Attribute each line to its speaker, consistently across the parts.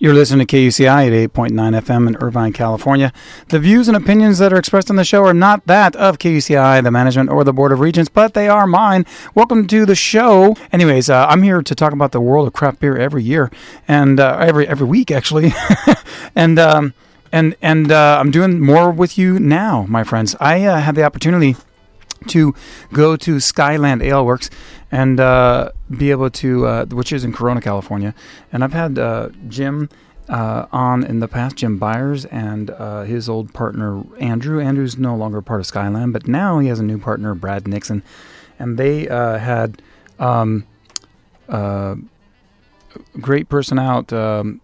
Speaker 1: You're listening to KUCI at 8.9 FM in Irvine, California. The views and opinions that are expressed on the show are not that of KUCI, the management, or the Board of Regents, but they are mine. Welcome to the show. Anyways, uh, I'm here to talk about the world of craft beer every year and uh, every every week actually, and. Um, and, and uh, I'm doing more with you now, my friends. I uh, had the opportunity to go to Skyland Ale Works and uh, be able to, uh, which is in Corona, California. And I've had uh, Jim uh, on in the past, Jim Byers, and uh, his old partner, Andrew. Andrew's no longer part of Skyland, but now he has a new partner, Brad Nixon. And they uh, had um, uh, a great person out um,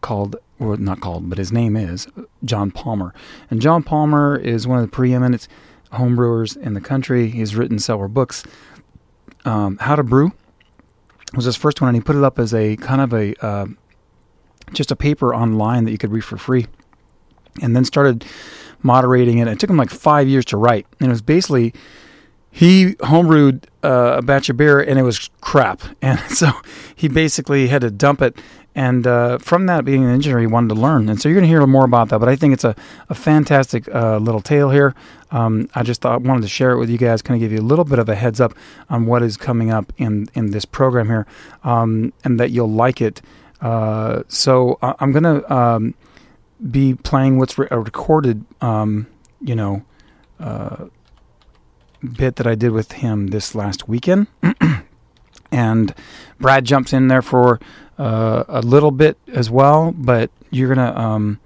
Speaker 1: called well, not called, but his name is John Palmer. And John Palmer is one of the preeminent homebrewers in the country. He's written several books. Um, How to Brew was his first one, and he put it up as a kind of a uh, just a paper online that you could read for free, and then started moderating it. It took him like five years to write, and it was basically he homebrewed uh, a batch of beer and it was crap, and so he basically had to dump it. And uh, from that, being an engineer, he wanted to learn, and so you're going to hear more about that. But I think it's a a fantastic uh, little tale here. Um, I just thought wanted to share it with you guys, kind of give you a little bit of a heads up on what is coming up in in this program here, um, and that you'll like it. Uh, so I, I'm going to um, be playing what's re- a recorded, um, you know. Uh, bit that I did with him this last weekend. and Brad jumps in there for uh, a little bit as well, but you're going to um,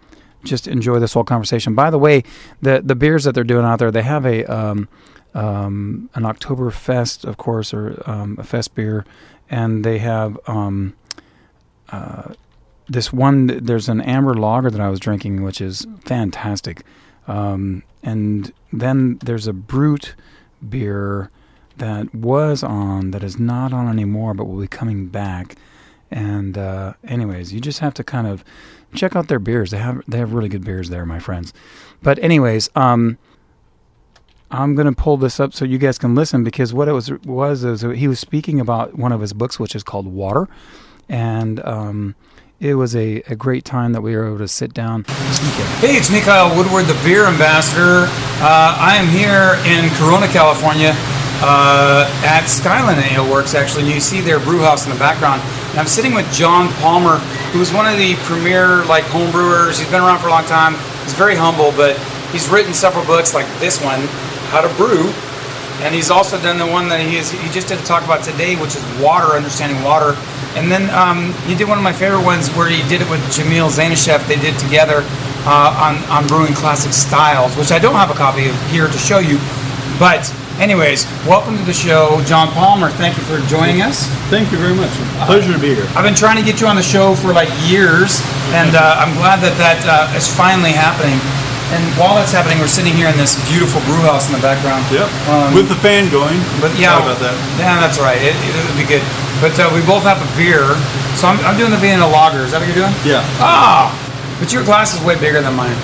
Speaker 1: just enjoy this whole conversation. By the way, the the beers that they're doing out there, they have a um, um, an Oktoberfest, of course, or um, a fest beer, and they have um, uh, this one. There's an amber lager that I was drinking, which is fantastic. Um, and then there's a brute beer that was on that is not on anymore, but will be coming back. And uh, anyways, you just have to kind of check out their beers. They have they have really good beers there, my friends. But anyways, um, I'm gonna pull this up so you guys can listen because what it was was is he was speaking about one of his books, which is called Water, and um, it was a, a great time that we were able to sit down. Hey, it's Mikhail Woodward, the beer ambassador. Uh, I am here in Corona, California, uh, at Skyline Ale Works. Actually, and you see their brew house in the background. And I'm sitting with John Palmer, who is one of the premier like home brewers. He's been around for a long time. He's very humble, but he's written several books like this one, How to Brew. And he's also done the one that he is, he just did a talk about today, which is water, understanding water. And then um, he did one of my favorite ones where he did it with Jamil Zanishev. They did together uh, on, on brewing classic styles, which I don't have a copy of here to show you. But, anyways, welcome to the show, John Palmer. Thank you for joining us.
Speaker 2: Thank you very much. Pleasure to be here.
Speaker 1: I've been trying to get you on the show for like years, and uh, I'm glad that that uh, is finally happening. And while that's happening, we're sitting here in this beautiful brew house in the background.
Speaker 2: Yep.
Speaker 1: Um,
Speaker 2: With the fan going.
Speaker 1: But yeah,
Speaker 2: Sorry about that.
Speaker 1: Yeah, that's right. It, it, would be good. But uh, we both have a beer, so I'm, I'm doing the beer in a lager. Is that what you're doing?
Speaker 2: Yeah,
Speaker 1: Ah, but your glass is way bigger than mine.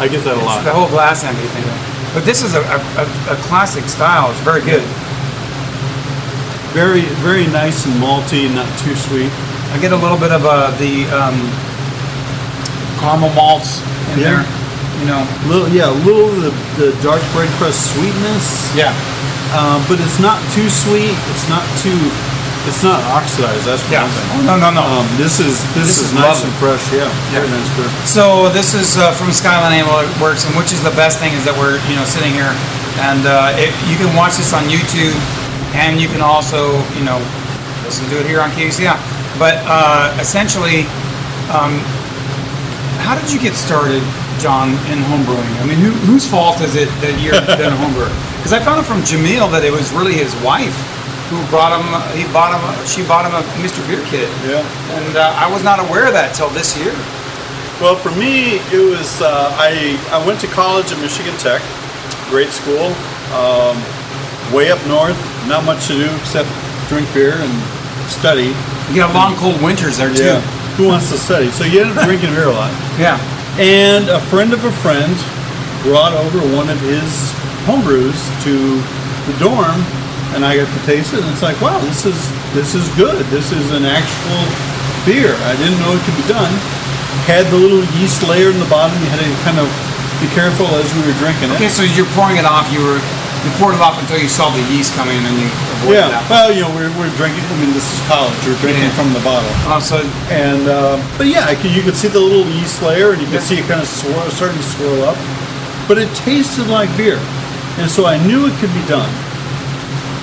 Speaker 2: I get that a
Speaker 1: It's
Speaker 2: lot.
Speaker 1: the whole glass empty thing. But this is a, a, a, a classic style. It's very good.
Speaker 2: Very, very nice and malty, not too sweet.
Speaker 1: I get a little bit of uh, the um, caramel malts in
Speaker 2: Yeah.
Speaker 1: there. You know.
Speaker 2: Little, yeah, a little of the, the dark bread crust sweetness,
Speaker 1: Yeah.
Speaker 2: uh, but it's not too sweet. It's not too. It's not oxidized. That's for
Speaker 1: Yeah.
Speaker 2: one thing.
Speaker 1: Oh, no, no, no.
Speaker 2: Um, this is
Speaker 1: This
Speaker 2: this,
Speaker 1: is
Speaker 2: is, nice
Speaker 1: lovely.
Speaker 2: and fresh. Yeah,
Speaker 1: Yeah.
Speaker 2: very nice beer.
Speaker 1: So this is uh, from Skyline Animal Works, and which is the best thing is that we're you know sitting here, and uh, it, you can watch this on YouTube, and you can also you know listen to it here on KUCI. But uh, essentially, um, how did you get started, John, in homebrewing? I mean, who, whose fault is it that you're been a homebrewer? Because I found out from Jamil that it was really his wife who brought him. He bought him. She bought him a Mr. Beer kit,
Speaker 2: Yeah.
Speaker 1: and uh, I was not aware of that till this year.
Speaker 2: Well, for me, it was uh, I I went to college at Michigan Tech, great school, um, way up north. Not much to do except drink beer and study.
Speaker 1: You got long cold winters there too.
Speaker 2: Who wants to study? So you end up drinking beer a lot.
Speaker 1: Yeah.
Speaker 2: And a friend of a friend brought over one of his homebrews to the dorm, and I got to taste it. And it's like, wow, this is this is good. This is an actual beer. I didn't know it could be done. Had the little yeast layer in the bottom. You had to kind of be careful as we were drinking
Speaker 3: Okay,
Speaker 2: it.
Speaker 3: so you're pouring it off. You were you poured it off until you saw the yeast coming, and then you avoided
Speaker 2: Yeah.
Speaker 3: that.
Speaker 2: Well, you know, we're, we're drinking. I mean, this is college. We're drinking
Speaker 3: Yeah.
Speaker 2: from the bottle.
Speaker 3: Oh, so
Speaker 2: And uh, but yeah, I could, you could see the little yeast layer, and you could see it kind of swirl, starting to swirl up. But it tasted like beer, and so I knew it could be done. Um,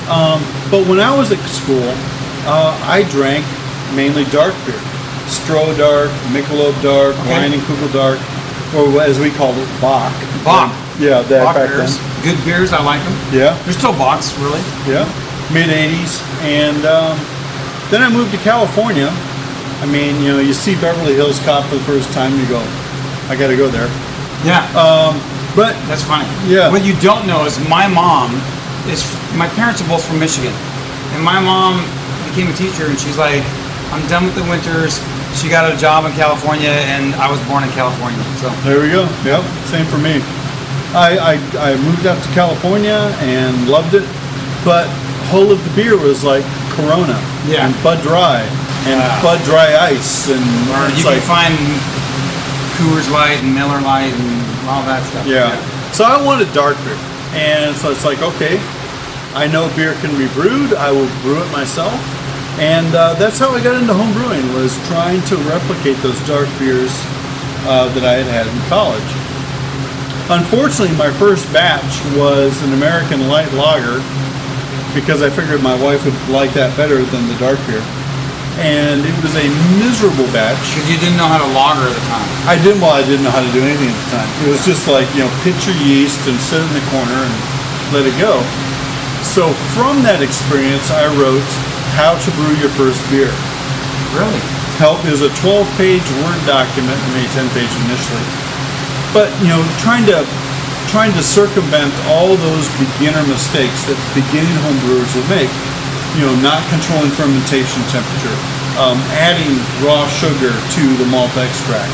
Speaker 2: but when I was at school, uh, I drank mainly dark beer, Stroh Dark, Michelob Dark,
Speaker 3: Okay.
Speaker 2: Rhein and Kugel Dark, or as we called it, Bach.
Speaker 3: Bach.
Speaker 2: Yeah, that
Speaker 3: Bock
Speaker 2: back
Speaker 3: beers,
Speaker 2: then.
Speaker 3: good beers. I like them.
Speaker 2: Yeah.
Speaker 3: They're still Bocks, really.
Speaker 2: Yeah, mid '80s, and um, then I moved to California. I mean, you know, you see Beverly Hills Cop for the first time, you go, "I got to go there."
Speaker 3: Yeah.
Speaker 2: But
Speaker 3: That's funny.
Speaker 2: Uh, Yeah.
Speaker 3: What you don't know is my mom is my parents are both from Michigan, and my mom became a teacher, and she's like, I'm done with the winters. She got a job in California, and I was born in California. So
Speaker 2: there we go. Yep, same for me. I, I I moved out to California and loved it, but whole of the beer was like Corona
Speaker 3: Yeah.
Speaker 2: and Bud Dry and
Speaker 3: Yeah.
Speaker 2: Bud Dry Ice and
Speaker 3: or
Speaker 2: it's
Speaker 3: you
Speaker 2: like
Speaker 3: can find Coors Light and Miller Light and all that stuff.
Speaker 2: Yeah. So I wanted dark beer. And so it's like, okay, I know beer can be brewed. I will brew it myself. And uh, that's how I got into home brewing was trying to replicate those dark beers uh, that I had had in college. Unfortunately, my first batch was an American light lager because I figured my wife would like that better than the dark beer. And it was a miserable batch.
Speaker 3: Because you didn't know how to lager at the time.
Speaker 2: I didn't. Well, I didn't know how to do anything at the time. It was just like you know, pitch your yeast and sit in the corner and let it go. So from that experience, I wrote "How to Brew Your First Beer."
Speaker 3: Really?
Speaker 2: Help is a 12-page Word document, maybe 10-page initially. But you know, trying to trying to circumvent all those beginner mistakes that beginning home brewers will make. You know, not controlling fermentation temperature, um, adding raw sugar to the malt extract.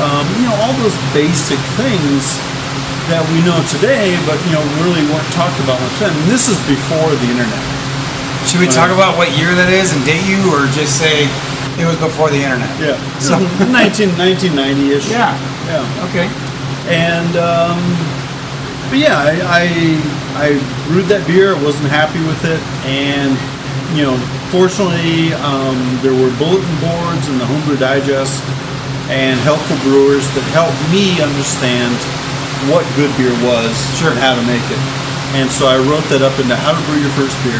Speaker 2: Um, you know, all those basic things that we know today, but you know, really weren't talked about much then. And this is before the internet.
Speaker 3: Should we talk about what year that is and date you, or just say it was before the internet?
Speaker 2: Yeah.
Speaker 3: So-
Speaker 2: So 19, 1990-ish.
Speaker 3: Yeah.
Speaker 2: Yeah.
Speaker 3: Okay.
Speaker 2: And um, but yeah, I, I I brewed that beer. I wasn't happy with it, and you know, fortunately, um, there were bulletin boards and the Homebrew Digest and helpful brewers that helped me understand what good beer was
Speaker 3: Sure.
Speaker 2: and how to make it. And so I wrote that up into how to brew your first beer,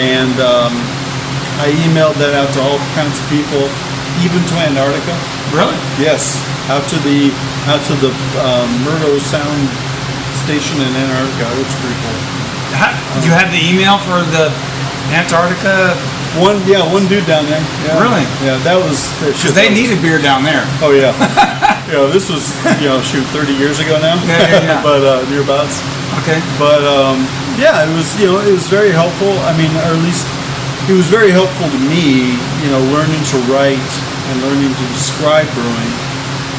Speaker 2: and um, I emailed that out to all kinds of people, even to Antarctica.
Speaker 3: Really?
Speaker 2: Yes, out to the out to the um, Murdo Sound station in Antarctica, which is pretty cool.
Speaker 3: How- You had the email for the Antarctica
Speaker 2: One, yeah, one dude down there. Yeah.
Speaker 3: Really?
Speaker 2: Yeah, that was. That
Speaker 3: because
Speaker 2: shit
Speaker 3: they
Speaker 2: was-
Speaker 3: needed beer down there.
Speaker 2: Oh yeah, yeah. This was you know shoot thirty years ago now.
Speaker 3: Yeah, yeah, yeah.
Speaker 2: but uh, nearabouts.
Speaker 3: Okay.
Speaker 2: But um, yeah, it was you know it was very helpful. I mean, or at least it was very helpful to me. You know, learning to write and learning to describe brewing,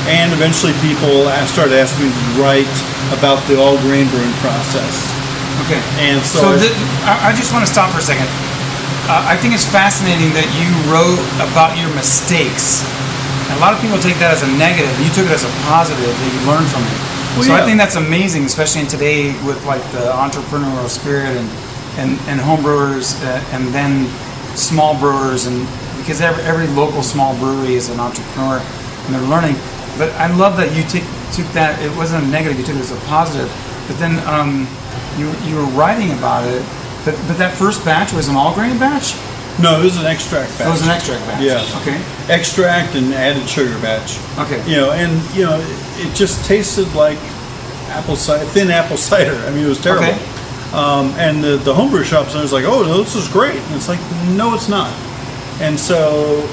Speaker 2: and eventually people a- started asking me to write about the all grain brewing process.
Speaker 3: Okay.
Speaker 2: And
Speaker 3: So
Speaker 2: so, I-
Speaker 3: th- I, I just want to stop for a second. Uh, I think it's fascinating that you wrote about your mistakes. A lot of people take that as a negative. You took it as a positive that you learned from it.
Speaker 2: Well,
Speaker 3: so I
Speaker 2: yeah.
Speaker 3: think that's amazing, especially in today with like the entrepreneurial spirit and and and homebrewers uh, and then small brewers and because every, every local small brewery is an entrepreneur and they're learning. But I love that you took took that. It wasn't a negative. You took it as a positive. But then um, you you were writing about it. But but that first batch was an all grain batch.
Speaker 2: no, it was an extract batch.
Speaker 3: It was an extract batch.
Speaker 2: Yeah.
Speaker 3: Okay.
Speaker 2: extract and added sugar batch.
Speaker 3: Okay.
Speaker 2: You know, and you know, it just tasted like apple cider, thin apple cider. I mean, it was terrible.
Speaker 3: Okay.
Speaker 2: Um, and the, the homebrew shops, I was like, oh, no, this is great. And it's like, no, it's not. And so,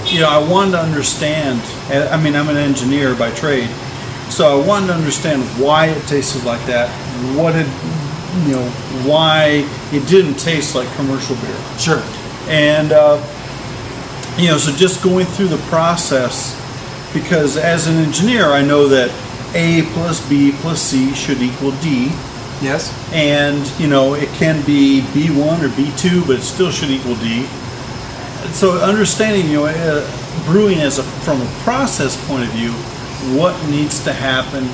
Speaker 2: you know, I wanted to understand. and- I mean, I'm an engineer by trade, so I wanted to understand why it tasted like that. What had, you know, why it didn't taste like commercial beer
Speaker 3: Sure.
Speaker 2: and uh, you know so just going through the process because as an engineer i know that a plus b plus c should equal d
Speaker 3: Yes.
Speaker 2: and you know it can be b1 or b2 but it still should equal d so understanding you know uh, brewing as a, from a process point of view, what needs to happen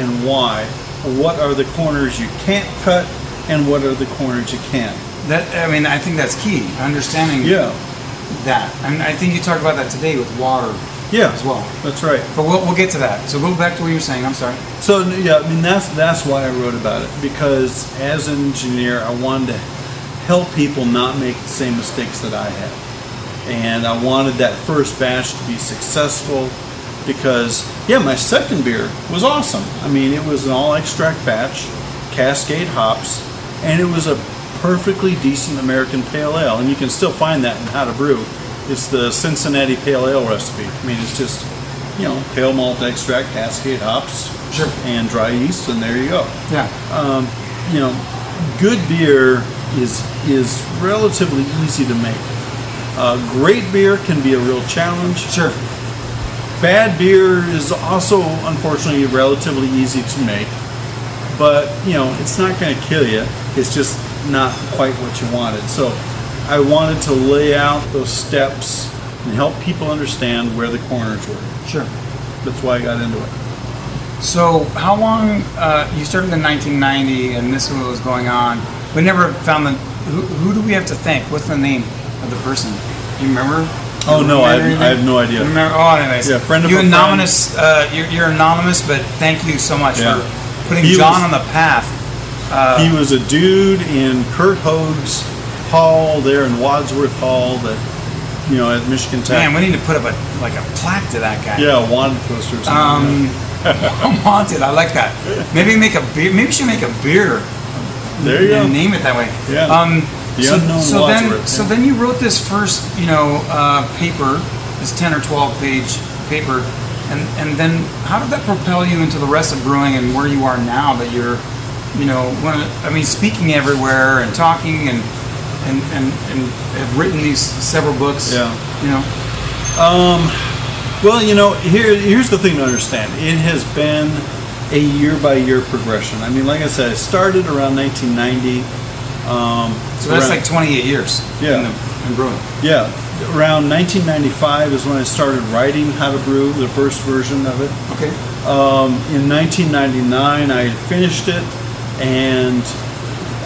Speaker 2: and why? What are the corners you can't cut and what are the corners you can?
Speaker 3: That I mean, I think that's key. Understanding
Speaker 2: Yeah,
Speaker 3: that, and I think you talked about that today with water
Speaker 2: yeah,
Speaker 3: as well.
Speaker 2: that's right.
Speaker 3: But we'll, we'll get to that. So go back to what you were saying. I'm sorry.
Speaker 2: So n- yeah, I mean that's that's why I wrote about it because as an engineer, I wanted to help people not make the same mistakes that I had, and I wanted that first batch to be successful because yeah, my second beer was awesome. I mean, it was an all extract batch, Cascade hops, and it was a perfectly decent American pale ale, and you can still find that in How to Brew. It's the Cincinnati Pale Ale recipe. I mean, it's just you know pale malt extract, Cascade hops,
Speaker 3: Sure.
Speaker 2: and dry yeast, and there you go. Um,
Speaker 3: Yeah.
Speaker 2: You know, good beer is is relatively easy to make. Uh, great beer can be a real challenge.
Speaker 3: Sure.
Speaker 2: Bad beer is also, unfortunately, relatively easy to make. But you know, it's not going to kill you. It's just not quite what you wanted. So, I wanted to lay out those steps and help people understand where the corners were.
Speaker 3: Sure.
Speaker 2: That's why I got into it.
Speaker 3: So how long? Uh, you started in 1990, and this was what was going on. We never found the. Who, who do we have to thank? What's the name of the person? You remember?
Speaker 2: Oh, no, I-
Speaker 3: Remember
Speaker 2: I have no idea.
Speaker 3: Remember? Oh, anyways,
Speaker 2: Yeah, friend of
Speaker 3: you
Speaker 2: a friend.
Speaker 3: anonymous. Uh, you're, you're anonymous, but thank you so much
Speaker 2: Yeah.
Speaker 3: for putting
Speaker 2: He
Speaker 3: John on
Speaker 2: was-
Speaker 3: the path.
Speaker 2: he was a dude in Kurt Hoag's hall there in Wadsworth Hall that, you know, at Michigan Tech.
Speaker 3: Man, we need to put up a like a plaque to that guy.
Speaker 2: yeah, wanted poster or something.
Speaker 3: Um, I'm haunted. I like that. Maybe make a beer. Maybe we should make a beer.
Speaker 2: there you
Speaker 3: and
Speaker 2: go.
Speaker 3: name it that way.
Speaker 2: Yeah.
Speaker 3: Um,
Speaker 2: The
Speaker 3: so,
Speaker 2: unknown
Speaker 3: so then,
Speaker 2: Wadsworth,
Speaker 3: so
Speaker 2: yeah.
Speaker 3: then you wrote this first, you know, uh, paper, this ten or twelve page paper, and and then how did that propel you into the rest of brewing and where you are now? That you're, you know, one of, I mean, speaking everywhere and talking and and and and have written these several books.
Speaker 2: Yeah.
Speaker 3: You know.
Speaker 2: Well, you know, here here's the thing to understand. It has been a year by year progression. I mean, like I said, I started around 1990.
Speaker 3: So that's
Speaker 2: Right.
Speaker 3: like 28 years.
Speaker 2: Yeah.
Speaker 3: In, the, in brewing.
Speaker 2: Yeah, around 1995 is when I started writing How to Brew, the first version of it.
Speaker 3: Okay.
Speaker 2: in 1999 i had finished it and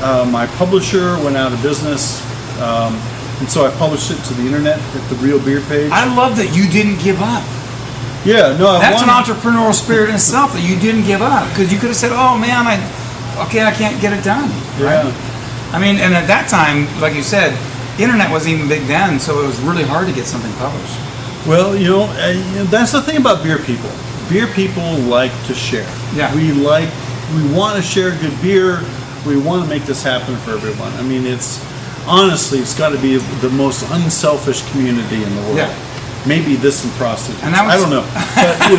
Speaker 2: uh, my publisher went out of business um, and so i published it to the internet at the real beer page
Speaker 3: I love that you didn't give up.
Speaker 2: yeah no I
Speaker 3: That's an
Speaker 2: wanted,
Speaker 3: entrepreneurial spirit in itself that you didn't give up because you could have said, "Oh man, I okay, I can't get it done."
Speaker 2: yeah
Speaker 3: I mean, and at that time, like you said, internet wasn't even big then, so it was really hard to get something published.
Speaker 2: Well, you know, uh, you know, that's the thing about beer people. Beer people like to share.
Speaker 3: Yeah.
Speaker 2: We like, we want to share good beer. We want to make this happen for everyone. I mean, it's honestly, it's got to be the most unselfish community in the world.
Speaker 3: Yeah.
Speaker 2: Maybe this and prostitutes.
Speaker 3: And that was-
Speaker 2: I don't know. But, you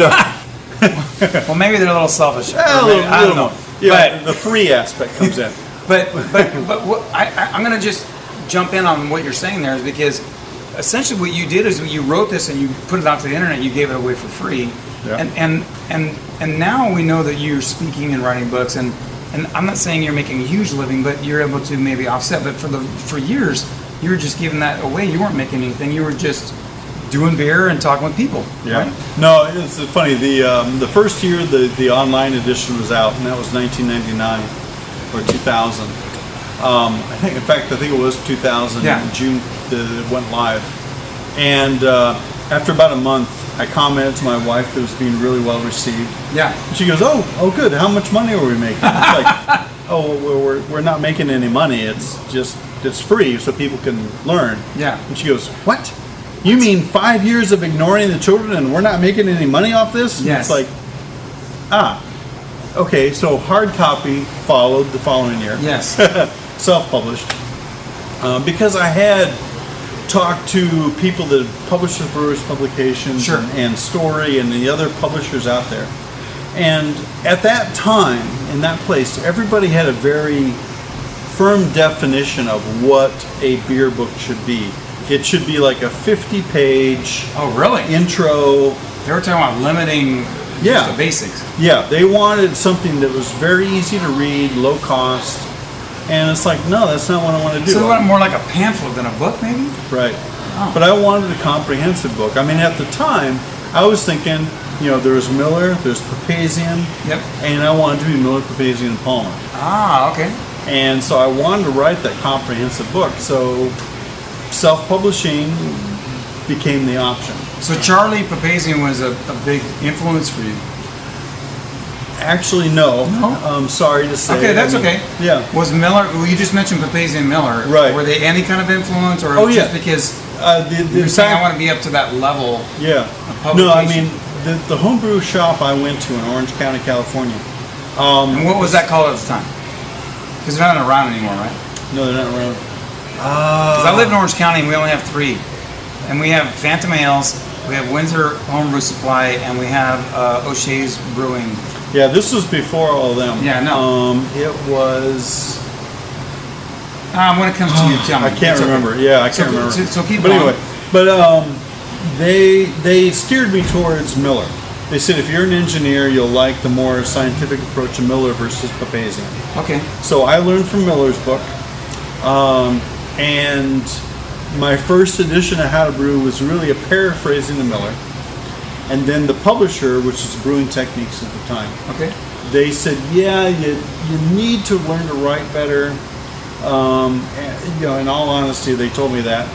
Speaker 2: know,
Speaker 3: Well, maybe they're a little selfish.
Speaker 2: a
Speaker 3: Or
Speaker 2: little,
Speaker 3: maybe- I don't
Speaker 2: little
Speaker 3: know.
Speaker 2: more. Yeah, the free aspect comes in.
Speaker 3: But but but what, I, I, I'm going to just jump in on what you're saying there is because essentially what you did is you wrote this and you put it out to the internet. You gave it away for free,
Speaker 2: Yeah.
Speaker 3: and and and and now we know that you're speaking and writing books. And and I'm not saying you're making a huge living, but you're able to maybe offset. But for the for years, you were just giving that away. You weren't making anything. You were just doing beer and talking with people.
Speaker 2: Yeah.
Speaker 3: right?
Speaker 2: No, it's funny. The um, the first year the the online edition was out, and that was 1999 or 2000. Um, I think, in fact, I think it was 2000.
Speaker 3: Yeah.
Speaker 2: June the, it went live, and uh, after about a month, I commented to my wife that it was being really well received.
Speaker 3: Yeah.
Speaker 2: She goes, "Oh, oh, good. How much money are we making?" It's like, "Oh, we're, we're, we're not making any money. It's just it's free, so people can learn."
Speaker 3: Yeah.
Speaker 2: And she goes, "What? You mean five years of ignoring the children, and we're not making any money off this?" And
Speaker 3: Yes.
Speaker 2: It's like, ah, okay. So hard copy followed the following year
Speaker 3: Yes.
Speaker 2: self-published uh, because I had talked to people that had published the Brewers Publications
Speaker 3: Sure.
Speaker 2: and, and Story and the other publishers out there. And at that time, in that place, everybody had a very firm definition of what a beer book should be. It should be like a 50-page
Speaker 3: oh really?
Speaker 2: intro.
Speaker 3: They were talking about limiting just
Speaker 2: Yeah.
Speaker 3: the basics.
Speaker 2: Yeah, they wanted something that was very easy to read, low cost. And it's like, no, that's not what I want to do.
Speaker 3: So they want more like a pamphlet than a book, maybe.
Speaker 2: Right.
Speaker 3: Oh.
Speaker 2: But I wanted a comprehensive book. I mean, at the time, I was thinking, you know, there was Miller, there's Papazian,
Speaker 3: Yep.
Speaker 2: and I wanted to be Miller, Papazian, and Palmer.
Speaker 3: Ah, okay.
Speaker 2: And so I wanted to write that comprehensive book. So self-publishing became the option.
Speaker 3: So Charlie Papazian was a, a big influence for you.
Speaker 2: Actually, no.
Speaker 3: No?
Speaker 2: I'm sorry to say.
Speaker 3: Okay, that's
Speaker 2: I mean,
Speaker 3: okay.
Speaker 2: Yeah.
Speaker 3: Was Miller? Well, you just mentioned Papazian and Miller.
Speaker 2: Right.
Speaker 3: Were they any kind of influence, or
Speaker 2: Oh,
Speaker 3: just
Speaker 2: yeah.
Speaker 3: because
Speaker 2: Uh, the, the
Speaker 3: you're saying I
Speaker 2: fact-
Speaker 3: want to be up to that level?
Speaker 2: Yeah.
Speaker 3: a
Speaker 2: No, I
Speaker 3: publication.
Speaker 2: mean, the, the homebrew shop I went to in Orange County, California. Um,
Speaker 3: And what was that called at the time? Because they're not around anymore, right?
Speaker 2: No, they're not around. Uh,
Speaker 3: 'Cause I live in Orange County, and we only have three, and we have Phantom Ales, we have Windsor Homebrew Supply, and we have uh, O'Shea's Brewing.
Speaker 2: Yeah, this was before all them.
Speaker 3: Yeah, no.
Speaker 2: Um, it was.
Speaker 3: Um, when it comes to you, tell me.
Speaker 2: I can't
Speaker 3: It's okay.
Speaker 2: remember. Yeah, I
Speaker 3: So-
Speaker 2: can't remember.
Speaker 3: so- so keep
Speaker 2: but
Speaker 3: going.
Speaker 2: anyway, but um, they they steered me towards Miller. They said if you're an engineer, you'll like the more scientific approach of Miller versus Papazian.
Speaker 3: Okay.
Speaker 2: So I learned from Miller's book, um, and my first edition of How to Brew was really a paraphrasing of Miller. And then the publisher, which is Brewing Techniques at the time,
Speaker 3: Okay.
Speaker 2: they said, "Yeah, you you need to learn to write better." Um, and, you know, in all honesty, they told me that.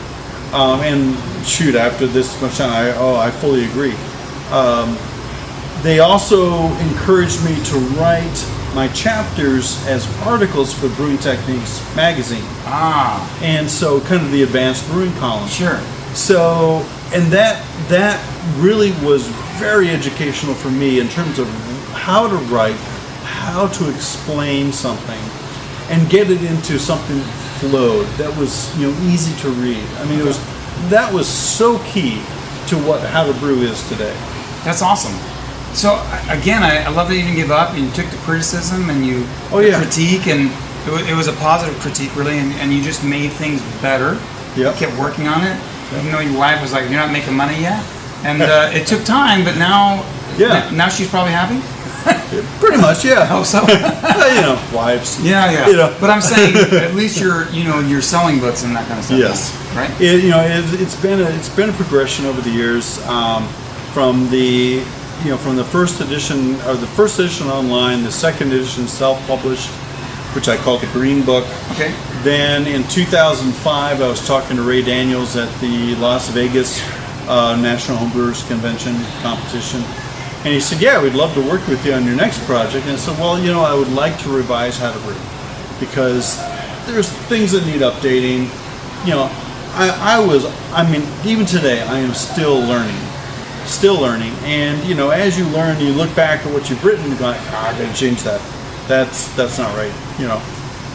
Speaker 2: Um, and shoot, after this much time, I oh, I fully agree. Um, they also encouraged me to write my chapters as articles for Brewing Techniques magazine,
Speaker 3: Ah,
Speaker 2: and so kind of the advanced brewing column.
Speaker 3: sure.
Speaker 2: So, and that that really was very educational for me in terms of how to write, how to explain something, and get it into something that flowed that was you know easy to read. I mean, it was that was so key to what how to brew is today.
Speaker 3: That's awesome. So I- again, I, I love that you didn't give up and you took the criticism and you
Speaker 2: Oh, yeah.
Speaker 3: critique and it, wa- it was a positive critique really, and, and you just made things better.
Speaker 2: Yep.
Speaker 3: You kept working on it. Even though your wife was like, "You're not making money yet," and uh, it took time, but now,
Speaker 2: Yeah.
Speaker 3: n- now she's probably happy.
Speaker 2: Pretty much, yeah.
Speaker 3: Oh, so
Speaker 2: you know, wives.
Speaker 3: yeah, yeah.
Speaker 2: You know.
Speaker 3: But I'm saying, at least you're you know you're selling books and that kind of stuff. now,
Speaker 2: Yes.
Speaker 3: right.
Speaker 2: It, you know, it, it's been a, it's been a progression over the years um, from the you know from the first edition or the first edition online, the second edition self-published, which I call the Green Book.
Speaker 3: Okay.
Speaker 2: Then in 2005, I was talking to Ray Daniels at the Las Vegas uh, National Homebrewers Convention competition, and he said, "Yeah, we'd love to work with you on your next project." And I said, "Well, you know, I would like to revise how to brew because there's things that need updating. You know, I, I was, I mean, even today, I am still learning." Still learning, and you know, as you learn, you look back at what you've written. and go, ah, I gotta change that. That's that's not right. You know,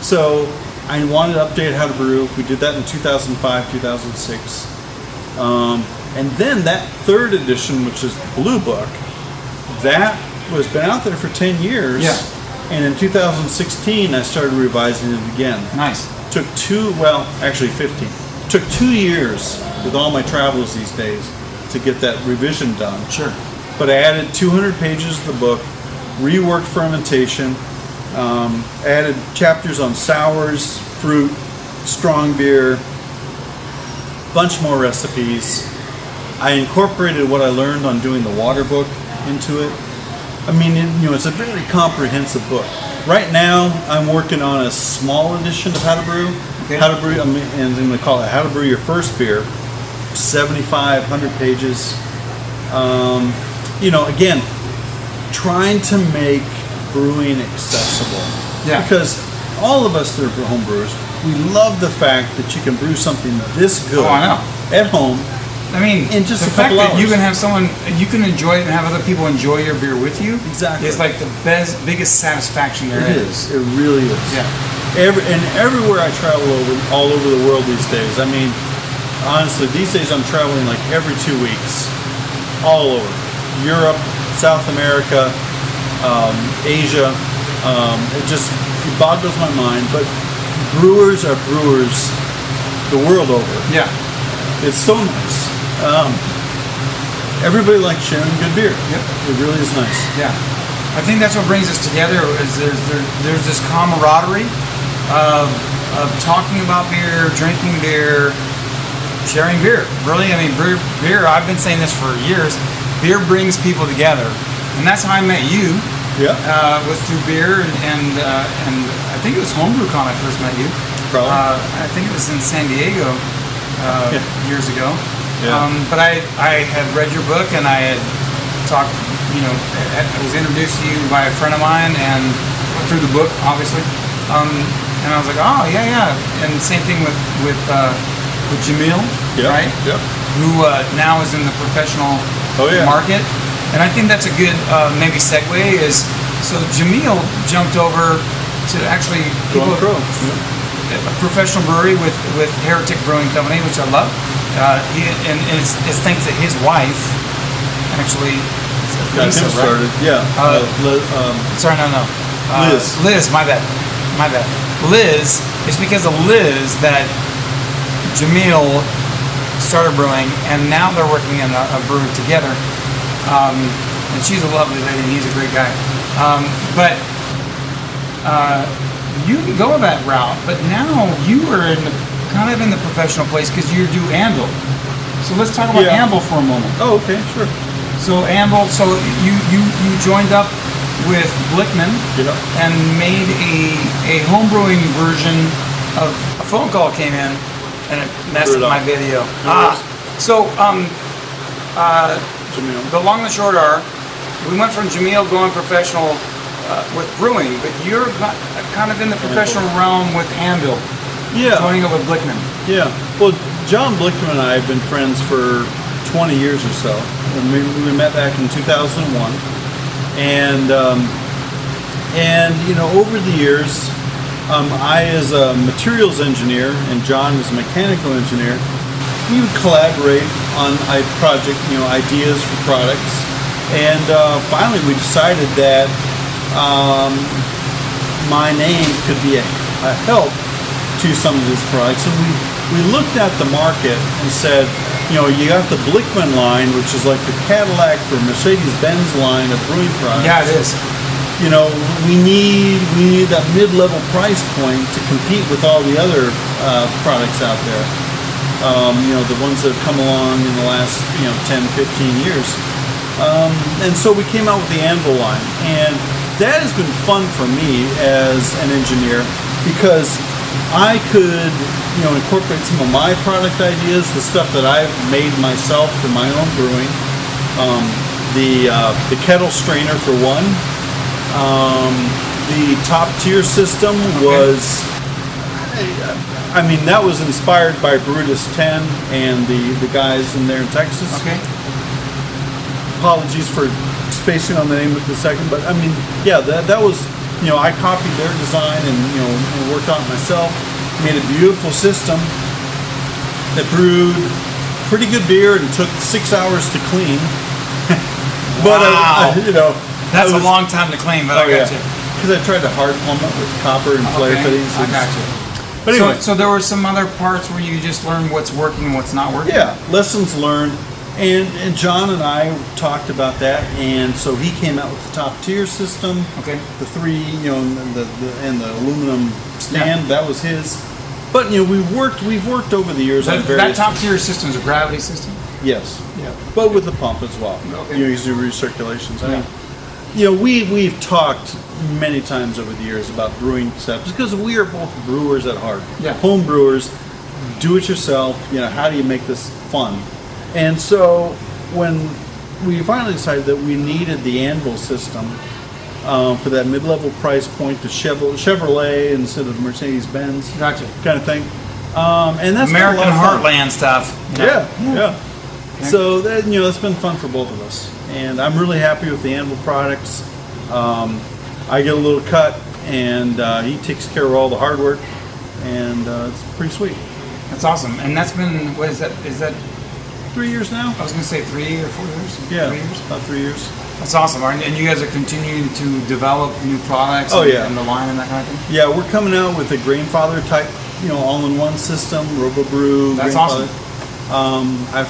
Speaker 2: so I wanted to update how to brew. We did that in 2005, 2006. Um, and then that third edition, which is the Blue Book, that was been out there for 10 years.
Speaker 3: Yeah.
Speaker 2: And in 2016, I started revising it again.
Speaker 3: Nice.
Speaker 2: Took two, well, actually 15. Took two years with all my travels these days to get that revision done
Speaker 3: Sure.
Speaker 2: but I added 200 pages to the book, reworked fermentation, um, added chapters on sours, fruit, strong beer, bunch more recipes. I incorporated what I learned on doing the water book into it. I mean, it, you know, it's a very comprehensive book. Right now, I'm working on a small edition of How to Brew.
Speaker 3: Okay.
Speaker 2: How to Brew, I mean, and I'm going to call it How to Brew Your First Beer. 7,500 pages Um, you know, again, trying to make brewing accessible.
Speaker 3: Yeah.
Speaker 2: Because all of us that are home brewers, we love the fact that you can brew something this good
Speaker 3: Oh, I know.
Speaker 2: at home.
Speaker 3: I mean,
Speaker 2: In just
Speaker 3: the
Speaker 2: a
Speaker 3: fact
Speaker 2: couple
Speaker 3: that you
Speaker 2: hours.
Speaker 3: can have someone, you can enjoy it and have other people enjoy your beer with you.
Speaker 2: Exactly.
Speaker 3: It's like the best, biggest satisfaction there
Speaker 2: It is. It really is.
Speaker 3: Yeah.
Speaker 2: Every, and everywhere I travel over, all over the world these days. I mean, honestly, these days I'm traveling like every two weeks, all over Europe, South America, um, Asia. Um, it just it boggles my mind. But brewers are brewers the world over.
Speaker 3: Yeah.
Speaker 2: It's so nice. Um, everybody likes sharing good beer.
Speaker 3: Yep.
Speaker 2: It really is nice.
Speaker 3: Yeah. I think that's what brings us together is there's there, there's this camaraderie of, of talking about beer, drinking beer, sharing beer. Really, I mean, beer, beer, I've been saying this for years. Beer brings people together, and that's how I met you.
Speaker 2: Yeah.
Speaker 3: Uh, was through beer, and and, uh, and I think it was HomebrewCon I first met you.
Speaker 2: Probably.
Speaker 3: Uh, I think it was in San Diego uh,
Speaker 2: Yeah.
Speaker 3: years ago.
Speaker 2: Yeah.
Speaker 3: Um, but I I had read your book, and I had talked. You know, I I was introduced to you by a friend of mine, and through the book, obviously. Um, and I was like, oh yeah, yeah. And same thing with with uh, with Jamil,
Speaker 2: Yeah.
Speaker 3: right?
Speaker 2: Yeah.
Speaker 3: who uh, now is in the professional
Speaker 2: Oh, yeah.
Speaker 3: market. And I think that's a good uh, maybe segue is so Jamil jumped over to actually people,
Speaker 2: Going pro. Yeah.
Speaker 3: a professional brewery with, with Heretic Brewing Company, which I love. Uh, he, and it's, it's thanks to his wife, actually.
Speaker 2: Got
Speaker 3: Lisa,
Speaker 2: him
Speaker 3: right?
Speaker 2: started. Yeah.
Speaker 3: Uh,
Speaker 2: Uh, li- um,
Speaker 3: Sorry, no, no. Uh,
Speaker 2: Liz.
Speaker 3: Liz, my bad. My bad. Liz, it's because of Liz that Jamil started brewing, and now they're working in a, a brewery together. Um, and she's a lovely lady, and he's a great guy. Um, but uh, you can go that route, but now you are in the kind of in the professional place because you do Anvil. So let's talk about
Speaker 2: Yeah.
Speaker 3: Anvil for a moment.
Speaker 2: oh, okay, sure.
Speaker 3: So Anvil, so you you you joined up with Blickman
Speaker 2: Yeah.
Speaker 3: and made a a homebrewing version of a phone call came in and it messed
Speaker 2: Screwed
Speaker 3: with my
Speaker 2: up.
Speaker 3: video.
Speaker 2: No
Speaker 3: ah,
Speaker 2: worries.
Speaker 3: so um,
Speaker 2: Jamil.
Speaker 3: the long and short are, we went from Jamil going professional uh, with brewing, but you're not- kind of in the professional realm with Anvil,
Speaker 2: Yeah.
Speaker 3: joining up with Blickman.
Speaker 2: Yeah. Well, John Blickman and I have been friends for 20 years or so. And we, we met back in 2001. And, um, and you know, over the years, um, I, as a materials engineer, and John was a mechanical engineer, we would collaborate on I project, you know, ideas for products. And uh, finally, we decided that um, my name could be a, a help to some of these products. And we, we looked at the market and said, you know, you got the Blickman line, which is like the Cadillac or Mercedes-Benz line of brewing products
Speaker 3: Yeah, it is.
Speaker 2: you know, we need we need that mid-level price point to compete with all the other uh, products out there. Um, you know, the ones that have come along in the last you know 10, 15 years. Um, and so we came out with the Anvil line, and that has been fun for me as an engineer because I could you know incorporate some of my product ideas, the stuff that I've made myself for my own brewing. Um, the, uh, the kettle strainer for one um, the top tier system was, I I mean, that was inspired by Brutus 10 and the, the guys in there in Texas.
Speaker 3: Okay.
Speaker 2: Apologies for spacing on the name of the second, but I mean, yeah, that, that was, you know, I copied their design and, you know, and worked on it myself. Made a beautiful system that brewed pretty good beer and took six hours to clean. but,
Speaker 3: Wow.
Speaker 2: I, I- you know,
Speaker 3: That's a
Speaker 2: I was- Oh,
Speaker 3: long time to claim, but I got you.
Speaker 2: because I tried to hard plumb it with copper and flare
Speaker 3: Okay,
Speaker 2: fittings.
Speaker 3: I
Speaker 2: and-
Speaker 3: got you.
Speaker 2: But
Speaker 3: So-
Speaker 2: anyway,
Speaker 3: so, there were some other parts where you just learned what's working and what's not working.
Speaker 2: yeah, lessons learned. And, and John and I talked about that, and so he came out with the top tier system.
Speaker 3: Okay.
Speaker 2: The three, you know, and the, the and the aluminum stand that was his. But you know, we worked. We've worked over the years
Speaker 3: So
Speaker 2: on
Speaker 3: that,
Speaker 2: various.
Speaker 3: top tier system is a gravity system.
Speaker 2: yes.
Speaker 3: Yeah.
Speaker 2: but with the pump as well.
Speaker 3: Okay.
Speaker 2: You know, you do recirculations. I mean, you know, we we've talked many times over the years about brewing steps because we are both brewers at heart.
Speaker 3: Yeah.
Speaker 2: home brewers, do it yourself. You know, how do you make this fun? And so when we finally decided that we needed the anvil system um, for that mid-level price point to Chevrolet, Chevrolet instead of Mercedes Benz
Speaker 3: Gotcha.
Speaker 2: kind of thing. Um, and that's been a
Speaker 3: American
Speaker 2: lot of fun.
Speaker 3: Heartland stuff. you know.
Speaker 2: Yeah, yeah. So that you know, it's been fun for both of us, and I'm really happy with the Anvil products. Um, I get a little cut, and uh, he takes care of all the hard work, and uh, it's pretty sweet.
Speaker 3: that's awesome. And that's been what is that? Is that
Speaker 2: Three years now.
Speaker 3: I was gonna say three or four years?
Speaker 2: Yeah,
Speaker 3: three years.
Speaker 2: about three years.
Speaker 3: That's awesome. And, and you guys are continuing to develop new products.
Speaker 2: Oh,
Speaker 3: and,
Speaker 2: yeah.
Speaker 3: and the line and that kind of thing.
Speaker 2: Yeah, we're coming out with a grandfather type, you know, all-in-one system, RoboBrew.
Speaker 3: That's
Speaker 2: grandfather. Um, I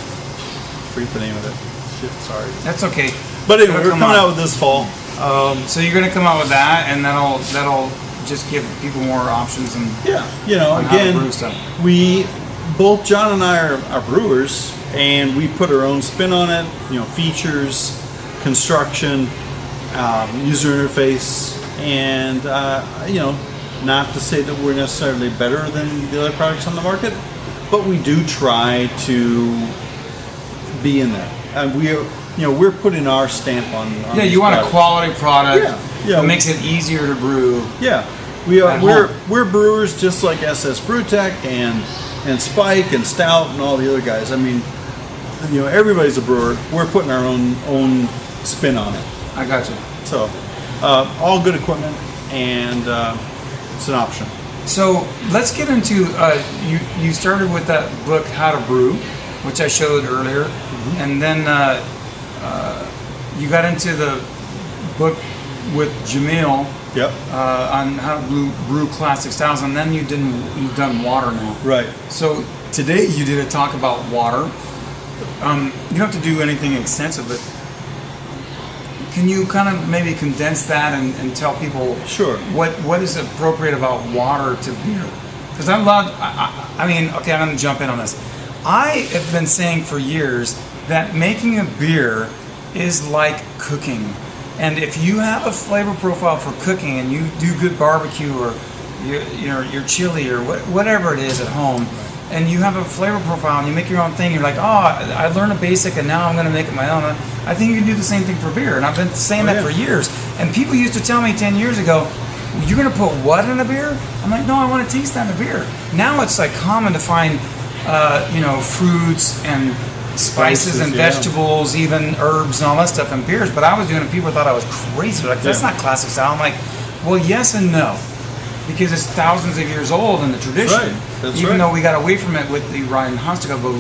Speaker 2: forget the name of it. Shit, sorry.
Speaker 3: That's okay.
Speaker 2: But anyway,
Speaker 3: It'll
Speaker 2: we're
Speaker 3: come
Speaker 2: coming
Speaker 3: out.
Speaker 2: out with this fall. Um,
Speaker 3: So you're gonna come out with that, and that'll that'll just give people more options and
Speaker 2: Yeah, you know,
Speaker 3: on how to brew
Speaker 2: again,
Speaker 3: stuff.
Speaker 2: we both John and I are, are brewers, and we put our own spin on it. You know, features, construction, um, user interface, and uh, you know, not to say that we're necessarily better than the other products on the market, but we do try to be in there. And we are, you know, we're putting our stamp on. on
Speaker 3: Yeah,
Speaker 2: these
Speaker 3: you want a
Speaker 2: products.
Speaker 3: quality product
Speaker 2: Yeah, yeah.
Speaker 3: that makes it easier to brew.
Speaker 2: Yeah, we are.
Speaker 3: At
Speaker 2: We're
Speaker 3: home.
Speaker 2: we're brewers just like SS Brewtech and and Spike and Stout and all the other guys. I mean, you know, everybody's a brewer. We're putting our own own spin on it.
Speaker 3: I got you.
Speaker 2: So, uh, all good equipment, and uh, it's an option.
Speaker 3: So let's get into uh, you. You started with that book, How to Brew, which I showed earlier, and then uh, uh, you got into the book with Jamil
Speaker 2: Yep.
Speaker 3: uh, on how to brew, brew classic styles, and then you didn't. You've done water now.
Speaker 2: Right.
Speaker 3: So today you did a talk about water. Um, you don't have to do anything extensive, but can you kind of maybe condense that and, and tell people
Speaker 2: Sure.
Speaker 3: what what is appropriate about water to beer? Because I love. I, I, I mean, okay, I'm going to jump in on this. I have been saying for years that making a beer is like cooking, and if you have a flavor profile for cooking and you do good barbecue or your your, your chili or what, whatever it is at home. And you have a flavor profile, and you make your own thing. You're like, oh, I I learned a basic, and now I'm going to make it my own. I think you can do the same thing for beer, and I've been saying
Speaker 2: Oh,
Speaker 3: that
Speaker 2: yeah.
Speaker 3: for years years. And people used to tell me 10 years ago, you're going to put what in a beer? I'm like, no, I want to taste that in a beer. Now it's like common to find, uh, you know, fruits and spices
Speaker 2: Spices,
Speaker 3: and
Speaker 2: yeah.
Speaker 3: vegetables, even herbs and all that stuff in beers. But I was doing it, people thought I was crazy. They're Like, that's
Speaker 2: Yeah.
Speaker 3: not classic style. I'm like, well, yes and no. Because it's thousands of years old in the tradition.
Speaker 2: right. That's
Speaker 3: even
Speaker 2: right.
Speaker 3: though we got away from it with the Ryan Hanstico book,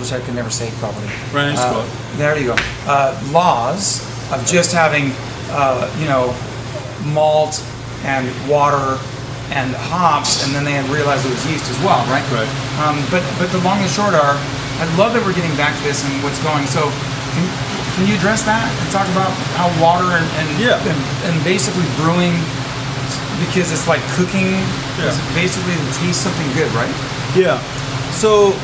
Speaker 3: which I can never say properly. Uh,
Speaker 2: Ryan Hanstico.
Speaker 3: there you go. Uh, laws of just having, uh, you know, malt and water and hops, and then they had realized it was yeast as well, right?
Speaker 2: Right.
Speaker 3: Um, but but the long and short are, I love that we're getting back to this and what's going. So, can, can you address that and talk about how water and and,
Speaker 2: Yeah.
Speaker 3: and, and basically brewing, because it's like cooking.
Speaker 2: Yeah.
Speaker 3: It's basically to taste something good, right?
Speaker 2: Yeah. So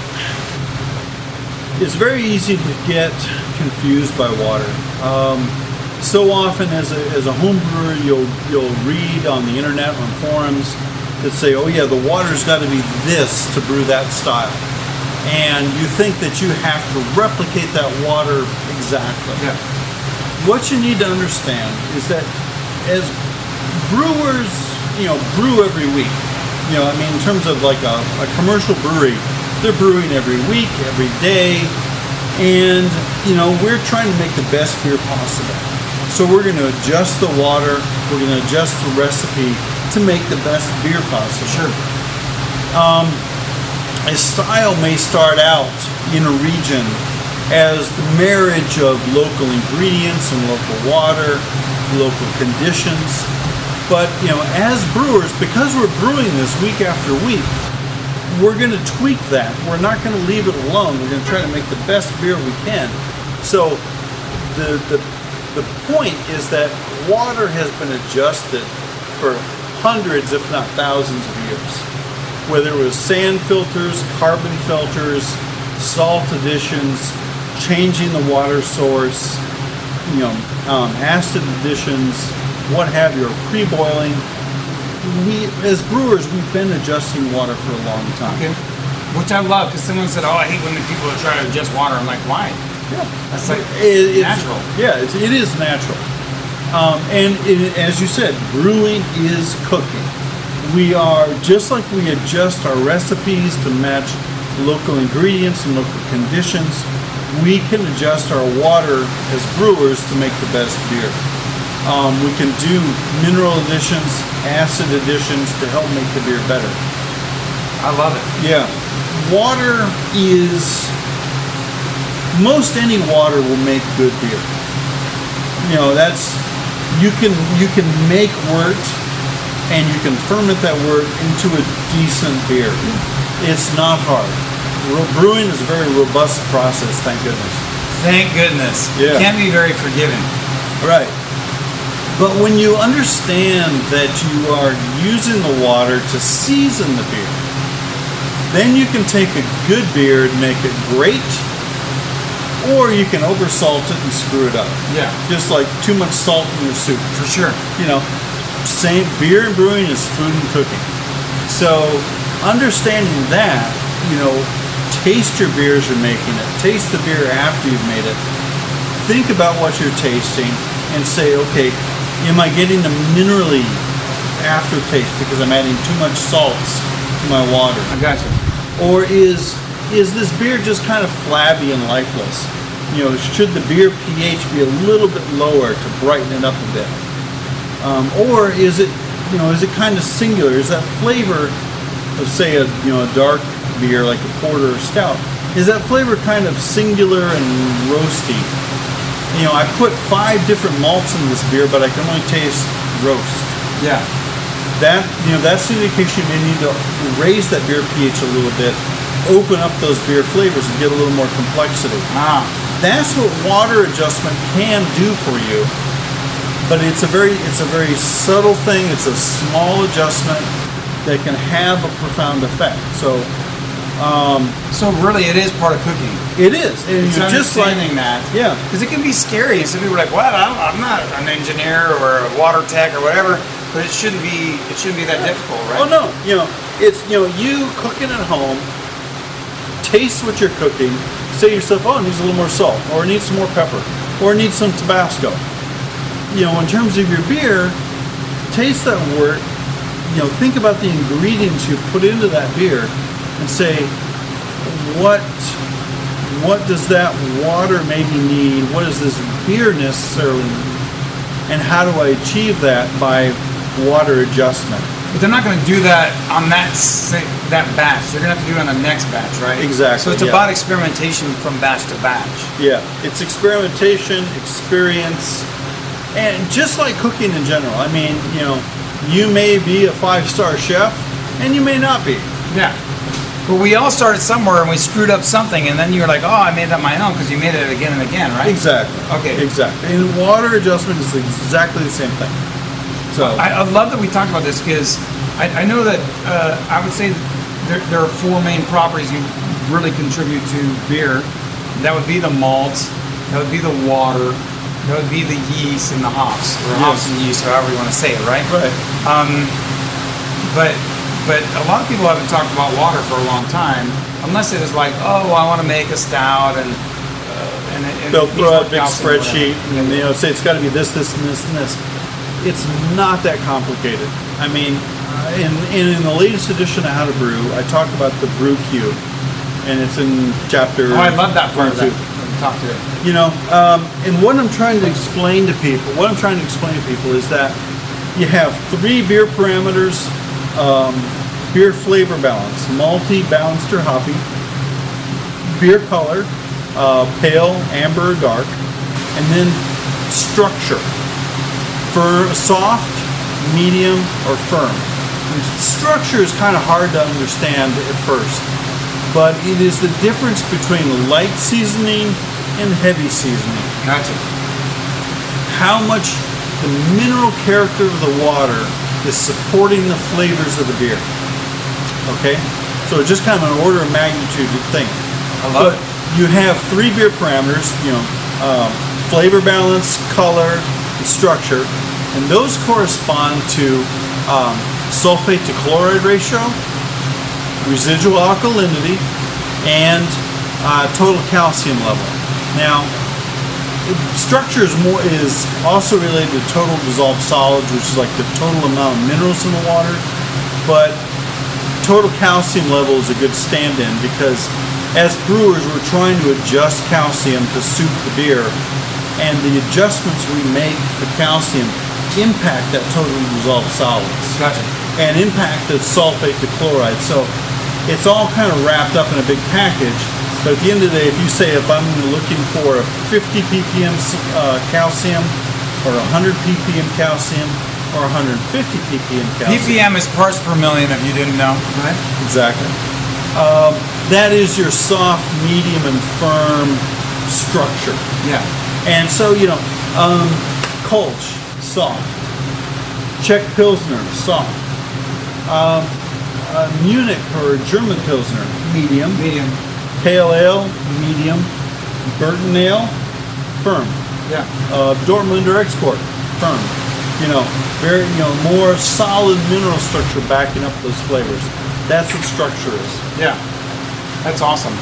Speaker 2: it's very easy to get confused by water. Um, so often, as a, as a home brewer, you'll you'll read on the internet on forums that say, "Oh yeah, the water's got to be this to brew that style," and you think that you have to replicate that water exactly
Speaker 3: Yeah.
Speaker 2: what you need to understand is that as brewers, you know, brew every week. You know, I mean, in terms of like a, a commercial brewery, they're brewing every week, every day, and you know, we're trying to make the best beer possible. So we're going to adjust the water, we're going to adjust the recipe to make the best beer possible Um,
Speaker 3: Sure.
Speaker 2: a style may start out in a region as the marriage of local ingredients and local water, local conditions. But you know, as brewers, because we're brewing this week after week, we're going to tweak that. We're not going to leave it alone. We're going to try to make the best beer we can. So the the the point is that water has been adjusted for hundreds, if not thousands, of years whether it was sand filters, carbon filters, salt additions, changing the water source, you know, um, acid additions, what have you, or pre-boiling. We, as brewers, we've been adjusting water for a long time.
Speaker 3: Okay. Which I love because someone said, "Oh, I hate when the people are trying to adjust water." I'm like, "Why?"
Speaker 2: Yeah.
Speaker 3: That's like
Speaker 2: It- it's-
Speaker 3: natural.
Speaker 2: Yeah, it's, it is natural. Um, and it, as you said, brewing is cooking. We are just like we adjust our recipes to match local ingredients and local conditions. We can adjust our water as brewers to make the best beer. Um, we can do mineral additions, acid additions to help make the beer better.
Speaker 3: I love it.
Speaker 2: Yeah. Water is most any water will make good beer. You know, that's you can you can make wort and you can ferment that wort into a decent beer. It's not hard. Ro- Brewing is a very robust process, thank goodness.
Speaker 3: Thank goodness.
Speaker 2: Yeah.
Speaker 3: Can be very forgiving.
Speaker 2: Right. But when you understand that you are using the water to season the beer, Then you can take a good beer and make it great, or you can oversalt it and screw it up.
Speaker 3: Yeah.
Speaker 2: Just like too much salt in your soup.
Speaker 3: for sure.
Speaker 2: You know, same beer and brewing is food and cooking. So understanding that, you know, taste your beer as you're making it. Taste the beer after you've made it. Think about what you're tasting and say, okay, am I getting the minerally aftertaste because I'm adding too much salts to my water?
Speaker 3: I got you.
Speaker 2: or is is this beer just kind of flabby and lifeless? You know, should the beer pH be a little bit lower to brighten it up a bit? Um, or is it, you know, is it kind of singular? Is that flavor of say a you know a dark beer like a porter or stout? Is that flavor kind of singular and roasty? You know, I put five different malts in this beer, but I can only taste roast
Speaker 3: Yeah.
Speaker 2: that you know that's the indication you may need to raise that beer pH a little bit, open up those beer flavors and get a little more complexity.
Speaker 3: Ah.
Speaker 2: That's what water adjustment can do for you. But it's a very it's a very subtle thing, it's a small adjustment that can have a profound effect. So
Speaker 3: So really, it is part of cooking.
Speaker 2: it is. And
Speaker 3: It's
Speaker 2: you're just like
Speaker 3: understanding that.
Speaker 2: Yeah.
Speaker 3: Because it can be scary. And some people are like, "Well, I'm, I'm not an engineer or a water tech or whatever," but it shouldn't be. It shouldn't be that difficult, right?
Speaker 2: Oh no, you know, it's you know, you cooking at home, taste what you're cooking, say to yourself, oh, it needs a little more salt, or it needs some more pepper, or it needs some Tabasco. You know, in terms of your beer, taste that wort, you know, think about the ingredients you put into that beer and say, what what does that water maybe need? What does this beer necessarily need? And how do I achieve that by water adjustment?
Speaker 3: But they're not going to do that on that sa- that batch. They're going to have to do it on the next batch, right?
Speaker 2: Exactly,
Speaker 3: So it's
Speaker 2: yeah.
Speaker 3: about experimentation from batch to batch.
Speaker 2: Yeah, it's experimentation, experience, and just like cooking in general. I mean, you know, you may be a five star chef and you may not be.
Speaker 3: Yeah. But we all started somewhere and we screwed up something, and then you were like, "Oh, I made that my own," because you made it again and again, right?
Speaker 2: Exactly.
Speaker 3: Okay.
Speaker 2: Exactly. And water adjustment is exactly the same thing. So,
Speaker 3: I, I love that we talked about this because I, I know that uh, I would say there, there are four main properties you really contribute to beer. That would be the malts, that would be the water, that would be the yeast and the hops, or hops and yeast, however you want to say it, right? Um,
Speaker 2: right.
Speaker 3: But but a lot of people haven't talked about water for a long time, unless it was like, oh, I want to make a stout and. uh, and, and
Speaker 2: They'll throw out
Speaker 3: yeast
Speaker 2: a big
Speaker 3: hops and whatever.
Speaker 2: spreadsheet and, you know, say it's got to be this, this, and this, and this. It's not that complicated. I mean, uh, in, in, in the latest edition of How to Brew, I talk about the brew cube, and it's in chapter.
Speaker 3: Oh, I love that part of
Speaker 2: two.
Speaker 3: that. Talk to it.
Speaker 2: you know um, and what i'm trying to explain to people what i'm trying to explain to people is that you have three beer parameters um, beer flavor balance malty balanced or hoppy beer color uh, pale amber or dark and then structure for soft medium or firm And structure is kind of hard to understand at first but it is the difference between light seasoning and heavy seasoning
Speaker 3: Gotcha.
Speaker 2: how much the mineral character of the water is supporting the flavors of the beer. Okay? So it's just kind of an order of magnitude to think.
Speaker 3: I love
Speaker 2: but
Speaker 3: it.
Speaker 2: you have three beer parameters, you know, um, flavor balance, color, and structure, and those correspond to um, sulfate to chloride ratio, residual alkalinity, and uh, total calcium level. Now, structure is more is also related to total dissolved solids, which is like the total amount of minerals in the water. But total calcium level is a good stand-in because as brewers, we're trying to adjust calcium to suit the beer, and the adjustments we make for calcium impact that total dissolved solids
Speaker 3: Gotcha.
Speaker 2: and impact the sulfate to chloride. So it's all kind of wrapped up in a big package. But at the end of the day, if you say if I'm looking for a 50 ppm uh, calcium, or 100 ppm calcium, or 150 ppm calcium,
Speaker 3: PPM is parts per million. If you didn't know, right?
Speaker 2: exactly. Um, that is your soft, medium, and firm structure.
Speaker 3: Yeah.
Speaker 2: And so, you know, um, Kolsch, soft. Czech Pilsner, soft. Um, uh, Munich or German Pilsner, medium.
Speaker 3: medium.
Speaker 2: Pale Ale, medium. Burton Ale, firm.
Speaker 3: Yeah.
Speaker 2: Uh, Dortmunder Export, firm. You know, very, you know, more solid mineral structure backing up those flavors. That's what structure is.
Speaker 3: Yeah, that's awesome.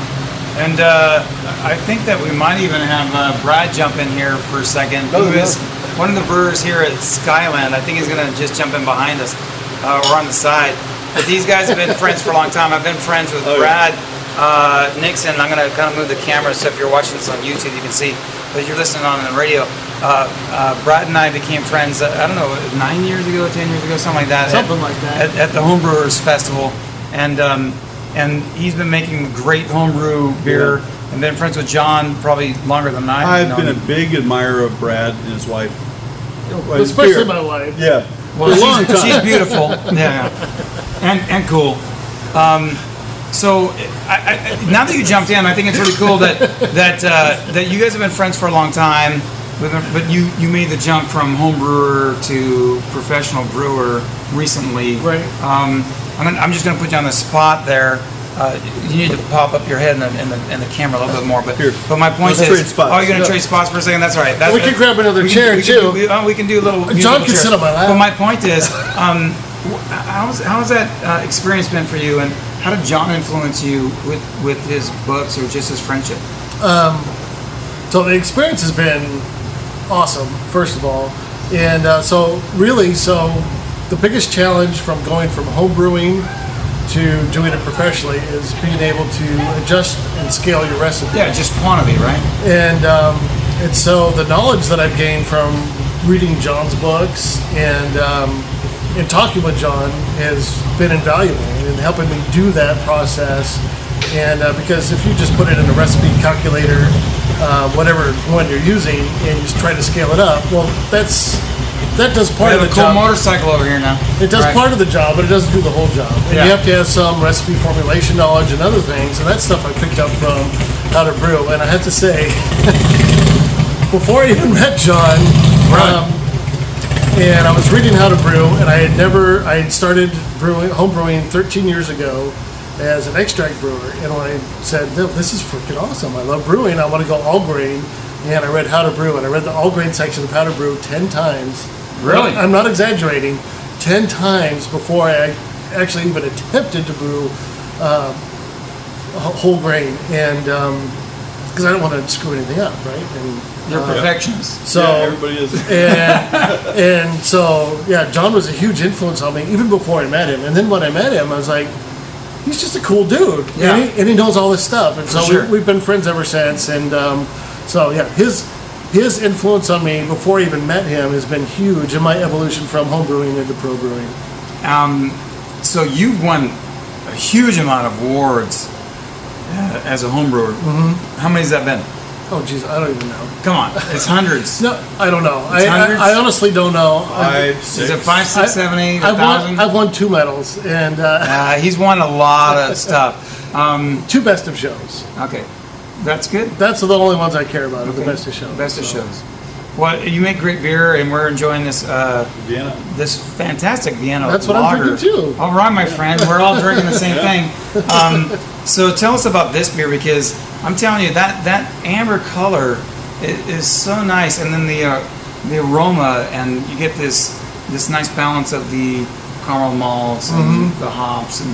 Speaker 3: And uh, I think that we might even have uh, Brad jump in here for a second.
Speaker 2: Oh,
Speaker 3: Who
Speaker 2: yeah.
Speaker 3: is one of the brewers here at Skyland? I think he's going to just jump in behind us uh, or on the side. But these guys have been friends for a long time. I've been friends with
Speaker 2: Oh, yeah.
Speaker 3: Brad uh, Nixon. I'm going to kind of move the camera so if you're watching this on YouTube, you can see. But if you're listening on the radio. Uh, uh, Brad and I became friends. Uh, I don't know, nine years ago, ten years ago, something like that.
Speaker 4: Something
Speaker 3: At-
Speaker 4: like that.
Speaker 3: at- at the Homebrewers Festival, and um, and he's been making great homebrew beer, and been friends with John probably longer than I.
Speaker 2: I've been a big admirer of Brad and his wife. Well,
Speaker 4: Especially
Speaker 2: beer.
Speaker 4: my wife.
Speaker 2: Yeah.
Speaker 3: well,
Speaker 2: for a
Speaker 3: she's,
Speaker 2: long time.
Speaker 3: she's beautiful, yeah, yeah. and and cool. Um, so I, I, now that you jumped in, I think it's really cool that that uh, that you guys have been friends for a long time, but, but you you made the jump from home brewer to professional brewer recently,
Speaker 4: Right.
Speaker 3: Um, I'm, gonna, I'm just going to put you on the spot there. Uh, you need to pop up your head in the, in the, in the camera a little bit more. But
Speaker 2: Here.
Speaker 3: but my point
Speaker 2: Let's
Speaker 3: is,
Speaker 2: trade spots.
Speaker 3: oh, you're going to
Speaker 2: Yeah.
Speaker 3: trade spots for a second. That's all right. That's,
Speaker 4: We can grab another
Speaker 3: we can-
Speaker 4: chair,
Speaker 3: we can do-
Speaker 4: too.
Speaker 3: we, uh, we can do a little. musical
Speaker 4: can
Speaker 3: chair.
Speaker 4: sit on my lap.
Speaker 3: But my point is, um, wh- how's how's that uh, experience been for you, and how did John influence you with with his books or just his friendship?
Speaker 4: So the experience has been awesome, first of all, and uh, so really, so the biggest challenge from going from home brewing to doing it professionally is being able to adjust and scale your recipe.
Speaker 3: Yeah, just quantity, right?
Speaker 4: and um, and so the knowledge that I've gained from reading John's books and um, and talking with John has been invaluable in helping me do that process. And uh, because if you just put it in a recipe calculator, uh, whatever one you're using, and you just try to scale it up, well, that's that does
Speaker 3: We
Speaker 4: part
Speaker 3: have
Speaker 4: of
Speaker 3: a
Speaker 4: the
Speaker 3: cool
Speaker 4: job.
Speaker 3: motorcycle over here now.
Speaker 4: It does
Speaker 3: Right.
Speaker 4: part of the job, but it doesn't do the whole job. And
Speaker 3: Yeah.
Speaker 4: you have to have some recipe formulation knowledge and other things, and that stuff I picked up from How to Brew. And I have to say, before I even met John, um, and I was reading How to Brew, and I had never, I had started brewing, home brewing 13 years ago as an extract brewer. And when I said, "No, this is freaking awesome, I love brewing, I want to go all grain, and I read How to Brew, and I read the all grain section of How to Brew 10 times.
Speaker 3: Really?
Speaker 4: I'm not exaggerating, 10 times before I actually even attempted to brew uh, wh- whole grain. And, because I don't want to screw anything up, right? And
Speaker 3: You're
Speaker 4: uh,
Speaker 3: a perfectionist.
Speaker 4: so
Speaker 2: yeah, everybody is.
Speaker 4: and, and so yeah, John was a huge influence on me even before I met him. And then when I met him, I was like, he's just a cool dude.
Speaker 3: Yeah.
Speaker 4: And, he, and he knows all this stuff. And so
Speaker 3: sure.
Speaker 4: we, we've been friends ever since. And um, so yeah, his his influence on me before I even met him has been huge in my evolution from home brewing into pro brewing.
Speaker 3: Um, so you've won a huge amount of awards uh, as a homebrewer. Mm-hmm. How many has that been?
Speaker 4: Oh geez, I don't even know.
Speaker 3: Come on, it's hundreds.
Speaker 4: No, I don't know. I,
Speaker 3: hundreds?
Speaker 4: I, I honestly don't know. I-
Speaker 2: Five,
Speaker 3: Is
Speaker 2: six.
Speaker 3: it five, six, seven, eight, a
Speaker 4: I've won,
Speaker 3: thousand?
Speaker 4: I've won two medals and uh,
Speaker 3: Uh, he's won a lot of stuff. Um,
Speaker 4: two best of shows.
Speaker 3: okay, that's good.
Speaker 4: That's the only ones I care about. are The
Speaker 3: Okay.
Speaker 4: best of shows.
Speaker 3: Best of
Speaker 4: so.
Speaker 3: shows. Well, you make great beer, and we're enjoying this uh,
Speaker 2: Vienna.
Speaker 3: this fantastic Vienna.
Speaker 4: That's what I'm
Speaker 3: lager.
Speaker 4: drinking, too.
Speaker 3: All right, my friend, we're all drinking the same thing. Um, so tell us about this beer because I'm telling you that that amber color i- is, so nice, and then the uh, the aroma, and you get this this nice balance of the caramel malts and
Speaker 4: Mm-hmm.
Speaker 3: the hops, and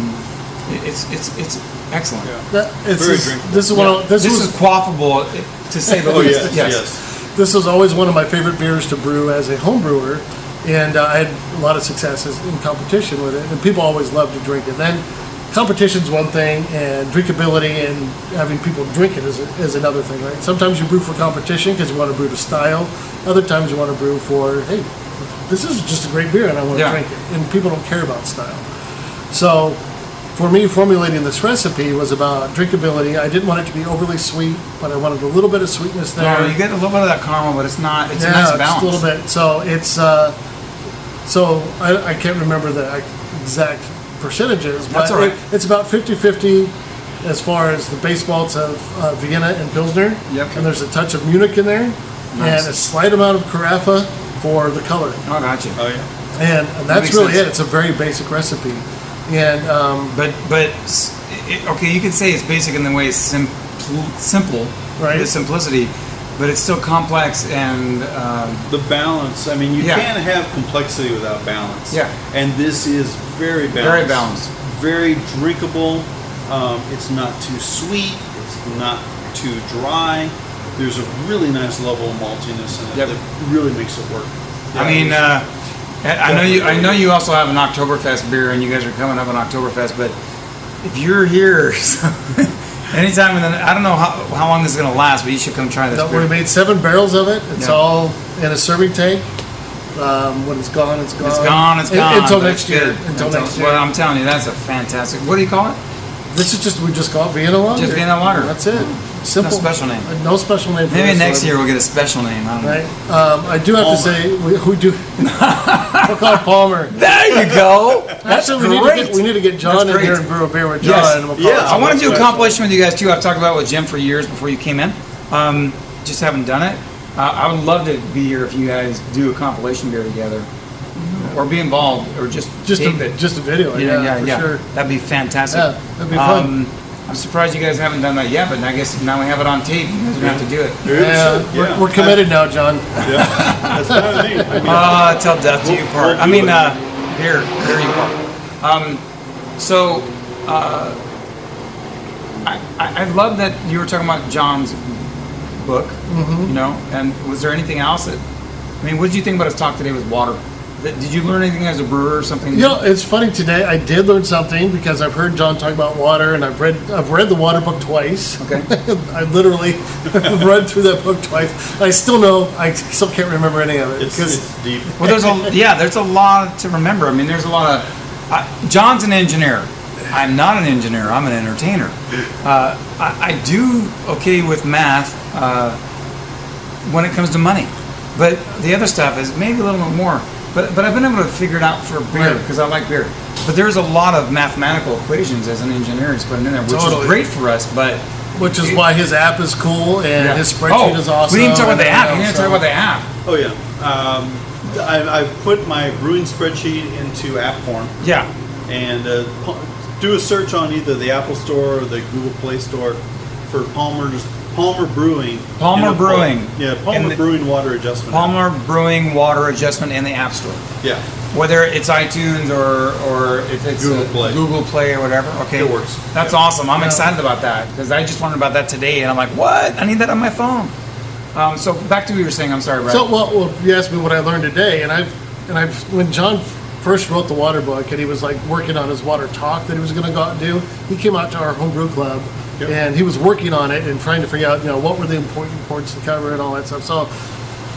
Speaker 3: i- it's it's it's excellent.
Speaker 2: Yeah.
Speaker 4: That- it's-
Speaker 2: Very
Speaker 4: this-
Speaker 2: drinkable.
Speaker 4: This is one. Of, this,
Speaker 3: This
Speaker 4: was
Speaker 3: is quaffable, i- to say the
Speaker 2: Oh,
Speaker 3: least.
Speaker 2: yes,
Speaker 3: yes.
Speaker 2: yes.
Speaker 4: this was always one of my favorite beers to brew as a home brewer, and uh, I had a lot of successes in competition with it, and people always loved to drink it. Then competition's one thing, and drinkability and having people drink it is, is another thing, right? Sometimes you brew for competition because you want to brew to style. Other times you want to brew for hey, this is just a great beer and I want to
Speaker 3: Yeah.
Speaker 4: drink it, and people don't care about style. So, for me, formulating this recipe was about drinkability. I didn't want it to be overly sweet, but I wanted a little bit of sweetness there.
Speaker 3: No, you get a little bit of that caramel, but it's not. It's
Speaker 4: yeah,
Speaker 3: a nice
Speaker 4: just
Speaker 3: balance.
Speaker 4: a little bit. So it's uh, so I, I can't remember the exact percentages, but
Speaker 3: That's all right.
Speaker 4: it- it's about 50-50 as far as the base malts of uh, Vienna and Pilsner.
Speaker 3: Yep.
Speaker 4: And there's a touch of Munich in there,
Speaker 3: Nice.
Speaker 4: and a slight amount of Carafa for the color
Speaker 3: Oh, gotcha.
Speaker 2: Oh, yeah.
Speaker 4: and, and
Speaker 3: That
Speaker 4: that's
Speaker 3: makes
Speaker 4: really
Speaker 3: sense.
Speaker 4: it. It's a very basic recipe, and um,
Speaker 3: But but s- it, okay, you can say it's basic in the way it's sim- simple,
Speaker 4: Right.
Speaker 3: The simplicity, but it's still complex and um,
Speaker 2: The balance. I mean, you
Speaker 3: Yeah.
Speaker 2: can't have complexity without balance.
Speaker 3: Yeah.
Speaker 2: And this is very balanced.
Speaker 3: Very balanced.
Speaker 2: Very drinkable. Um, it's not too sweet. It's not too dry. There's a really nice level of maltiness in it
Speaker 3: Yep.
Speaker 2: that really makes it work.
Speaker 3: I mean, uh, I I know you. I know you also have an Oktoberfest beer, and you guys are coming up on Oktoberfest. But if you're here, so anytime, in the, I don't know how, how long this is going to last, but you should come try this
Speaker 4: that
Speaker 3: beer.
Speaker 4: we made seven barrels of it. It's
Speaker 3: Yeah.
Speaker 4: all in a serving tank. Um, when it's gone, it's gone.
Speaker 3: It's gone. It's
Speaker 4: Un-
Speaker 3: gone.
Speaker 4: until
Speaker 3: but
Speaker 4: next
Speaker 3: it's
Speaker 4: year.
Speaker 3: good.
Speaker 4: Until next
Speaker 3: Well,
Speaker 4: year.
Speaker 3: I'm telling you, that's a fantastic. What do you call it?
Speaker 4: This is just we just call it Vienna lager.
Speaker 3: Just Vienna lager.
Speaker 4: That's it. Simple.
Speaker 3: special name.
Speaker 4: Uh, No special name. for
Speaker 3: Maybe
Speaker 4: this
Speaker 3: next
Speaker 4: one.
Speaker 3: year we'll get a special name. I don't
Speaker 4: Right.
Speaker 3: know.
Speaker 4: Um, I do have
Speaker 2: Palmer.
Speaker 4: to say we, we do. we'll call it Palmer.
Speaker 3: There you go.
Speaker 4: Actually, we Need to
Speaker 3: great.
Speaker 4: get, we need to get John
Speaker 3: That's
Speaker 4: in here
Speaker 3: great.
Speaker 4: and brew a beer with John.
Speaker 3: Yes.
Speaker 4: And we'll call
Speaker 2: Yeah.
Speaker 4: it
Speaker 3: I want to
Speaker 2: that's
Speaker 3: do a
Speaker 2: right.
Speaker 3: compilation with you guys too. I've talked about it with Jim for years before you came in. Um, just haven't done it. Uh, I would love to be here if you guys do a compilation beer together, or be involved, or just
Speaker 4: just
Speaker 3: tape it.
Speaker 4: a, just a video.
Speaker 3: yeah,
Speaker 4: Yeah,
Speaker 3: yeah,
Speaker 4: for
Speaker 3: yeah.
Speaker 4: sure.
Speaker 3: That'd be fantastic.
Speaker 4: Yeah, that'd
Speaker 3: Um,
Speaker 4: be fun.
Speaker 3: I'm surprised you guys haven't done that yet, but I guess now we have it on tape. You guys are gonna have to do it.
Speaker 2: Dude,
Speaker 4: Yeah,
Speaker 2: shit,
Speaker 4: We're, we're committed now, John.
Speaker 2: I- yeah. That's what I mean. I mean,
Speaker 3: Uh, till death do you
Speaker 2: We'll-
Speaker 3: part.
Speaker 2: we'll
Speaker 3: I
Speaker 2: do
Speaker 3: mean,
Speaker 2: it.
Speaker 3: uh, here, here you part. Um, so, uh, I, I, I love that you were talking about John's book,
Speaker 2: Mm-hmm.
Speaker 3: you know, and was there anything else that, I mean, what did you think about his talk today with water? Th- Did you learn anything as a brewer or something?
Speaker 4: You know, it's funny today. I did learn something because I've heard John talk about water, and I've read I've read the water book twice.
Speaker 3: Okay.
Speaker 4: I literally have read through that book twice. I still know. I still can't remember any of it
Speaker 2: it's,
Speaker 4: because
Speaker 2: it's deep.
Speaker 3: Well, there's a yeah, there's a lot to remember. I mean, there's a lot of. I, John's an engineer. I'm not an engineer. I'm an entertainer. Uh, I, I do okay with math uh, when it comes to money, but the other stuff is maybe a little bit more. But but I've been able to figure it out for beer
Speaker 4: Right.
Speaker 3: because I like beer. But there's a lot of mathematical equations as an engineer is putting in there, which
Speaker 4: Totally.
Speaker 3: is great for us. But
Speaker 4: which is why his app is cool and his spreadsheet
Speaker 3: oh,
Speaker 4: is awesome.
Speaker 3: We didn't talk about the
Speaker 4: and
Speaker 3: app. We
Speaker 4: everything
Speaker 3: didn't
Speaker 4: else,
Speaker 3: talk about
Speaker 4: so-
Speaker 3: the app.
Speaker 2: Oh yeah. Um, I, I put my brewing spreadsheet into app form.
Speaker 3: Yeah.
Speaker 2: and uh, Pal- do a search on either the Apple Store or the Google Play Store for Palmer's Palmer Brewing.
Speaker 3: Palmer
Speaker 2: And a-
Speaker 3: Brewing.
Speaker 2: Yeah,
Speaker 3: And
Speaker 2: Palmer
Speaker 3: the-
Speaker 2: Brewing Water Adjustment.
Speaker 3: Palmer Brewing Water Adjustment in the App Store.
Speaker 2: Yeah,
Speaker 3: whether it's iTunes or or if it's
Speaker 2: Google
Speaker 3: uh,
Speaker 2: Play.
Speaker 3: Google Play or whatever. Okay,
Speaker 2: It works.
Speaker 3: That's
Speaker 2: Yeah.
Speaker 3: awesome. I'm
Speaker 4: Yeah.
Speaker 3: excited about that because I just learned about that today, and I'm like, what? I need that on my phone. Um, so back to what you were saying. I'm sorry, Brad.
Speaker 4: So, well, well, you asked me what I learned today, and I've and I've when John first wrote the water book, and he was like working on his water talk that he was going to go out and do. He came out to our homebrew club,
Speaker 2: Yep.
Speaker 4: and he was working on it and trying to figure out, you know, what were the important points to cover and all that stuff. So,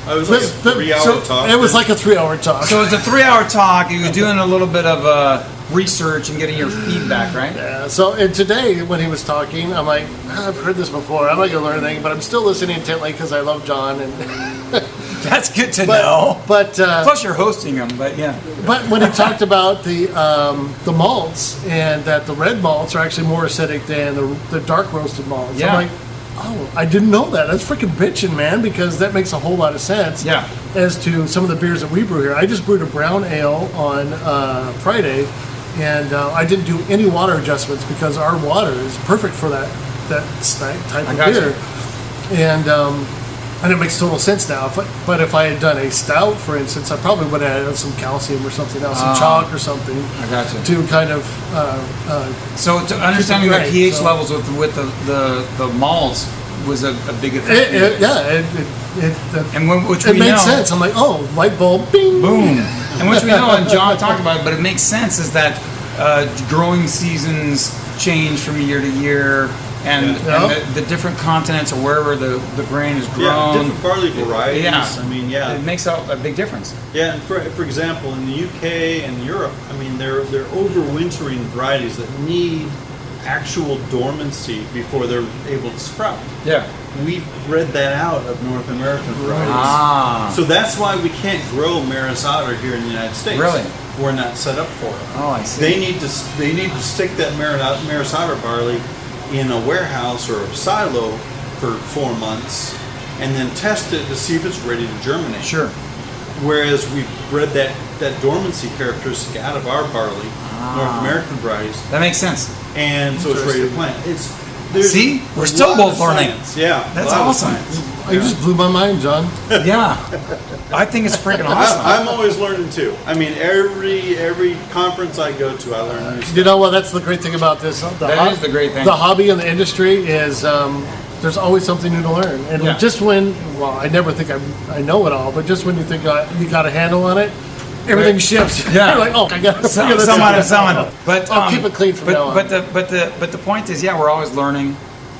Speaker 2: I was like a
Speaker 4: the- the-
Speaker 2: three-hour
Speaker 4: so
Speaker 2: talk.
Speaker 4: It was like a three-hour talk.
Speaker 3: So it's a three-hour talk. You were doing a little bit of uh, research and getting your feedback, right?
Speaker 4: Yeah, so and today when he was talking, I'm like, "Ah, I've heard this before. I'm not gonna learn anything, but I'm still listening intently because I love John. And
Speaker 3: That's good to
Speaker 4: but,
Speaker 3: know.
Speaker 4: but uh,
Speaker 3: Plus, you're hosting them, but yeah.
Speaker 4: But when he talked about the um, the malts and that the red malts are actually more acidic than the, the dark roasted malts,
Speaker 3: Yeah.
Speaker 4: I'm like, oh, I didn't know that. That's freaking bitching, man, because that makes a whole lot of sense.
Speaker 3: Yeah.
Speaker 4: As to some of the beers that we brew here, I just brewed a brown ale on uh, Friday, and uh, I didn't do any water adjustments because our water is perfect for that that sti- type
Speaker 3: I
Speaker 4: of
Speaker 3: gotcha.
Speaker 4: beer and um, and it makes total sense now. If I- but if I had done a stout, for instance, I probably would have added some calcium or something else,
Speaker 3: Ah.
Speaker 4: some chalk or something,
Speaker 3: I gotcha.
Speaker 4: to kind of uh, uh,
Speaker 3: So to understanding
Speaker 4: Right,
Speaker 3: the pH
Speaker 4: so-
Speaker 3: levels with with the the, the malts was a, a big effect.
Speaker 4: it, it, yeah, it it, it, it,
Speaker 3: And when, which
Speaker 4: it
Speaker 3: we
Speaker 4: made
Speaker 3: know,
Speaker 4: sense. I'm like, oh, light bulb, bing,
Speaker 3: Boom. And which we know, and John talked about it, but it makes sense is that uh, growing seasons change from year to year, and,
Speaker 4: Yeah.
Speaker 3: and the, the different continents or wherever the, the grain is
Speaker 2: yeah,
Speaker 3: grown,
Speaker 2: different barley varieties.
Speaker 3: Um, Yeah.
Speaker 2: I mean, yeah,
Speaker 3: it makes a, a big difference.
Speaker 2: Yeah, and for, for example, in the UK and Europe, I mean, they're, they're overwintering varieties that need actual dormancy before they're able to sprout.
Speaker 3: Yeah.
Speaker 2: We've bred that out of North American varieties.
Speaker 3: Ah.
Speaker 2: So that's why we can't grow Maris Otter here in the United States.
Speaker 3: Really?
Speaker 2: We're not set up for it.
Speaker 3: Oh, I see.
Speaker 2: They need to, s- they need to stick that Maris Otter- Maris Otter barley in a warehouse or a silo for four months and then test it to see if it's ready to germinate
Speaker 3: Sure.
Speaker 2: Whereas we bred that, that dormancy characteristic out of our barley,
Speaker 3: Ah.
Speaker 2: North American varieties,
Speaker 3: That makes sense.
Speaker 2: and so it's ready to plant. It's there's
Speaker 3: See?
Speaker 2: a
Speaker 3: We're still
Speaker 2: lot
Speaker 3: both
Speaker 2: of
Speaker 3: learning.
Speaker 2: science. Yeah,
Speaker 3: That's
Speaker 2: a lot of
Speaker 3: awesome.
Speaker 2: science.
Speaker 4: You just blew my mind, John.
Speaker 3: Yeah, I think it's freaking awesome.
Speaker 2: I, I'm always learning too. I mean, every every conference I go to, I learn new
Speaker 4: You
Speaker 2: stuff.
Speaker 4: know what? That's the great thing about this. The
Speaker 3: That is the great thing.
Speaker 4: The hobby and the industry is um, there's always something new to learn. And
Speaker 3: Yeah.
Speaker 4: just when, well, I never think I, I know it all, but just when you think uh, you got a handle on it, everything shifts.
Speaker 3: Yeah.
Speaker 4: You're like, oh, I got to
Speaker 3: Some-
Speaker 4: figure this
Speaker 3: someone,
Speaker 4: out.
Speaker 3: someone. But
Speaker 4: I'll
Speaker 3: um,
Speaker 4: keep it clean from
Speaker 3: but,
Speaker 4: now on.
Speaker 3: But the but the but the point is, yeah, we're always learning,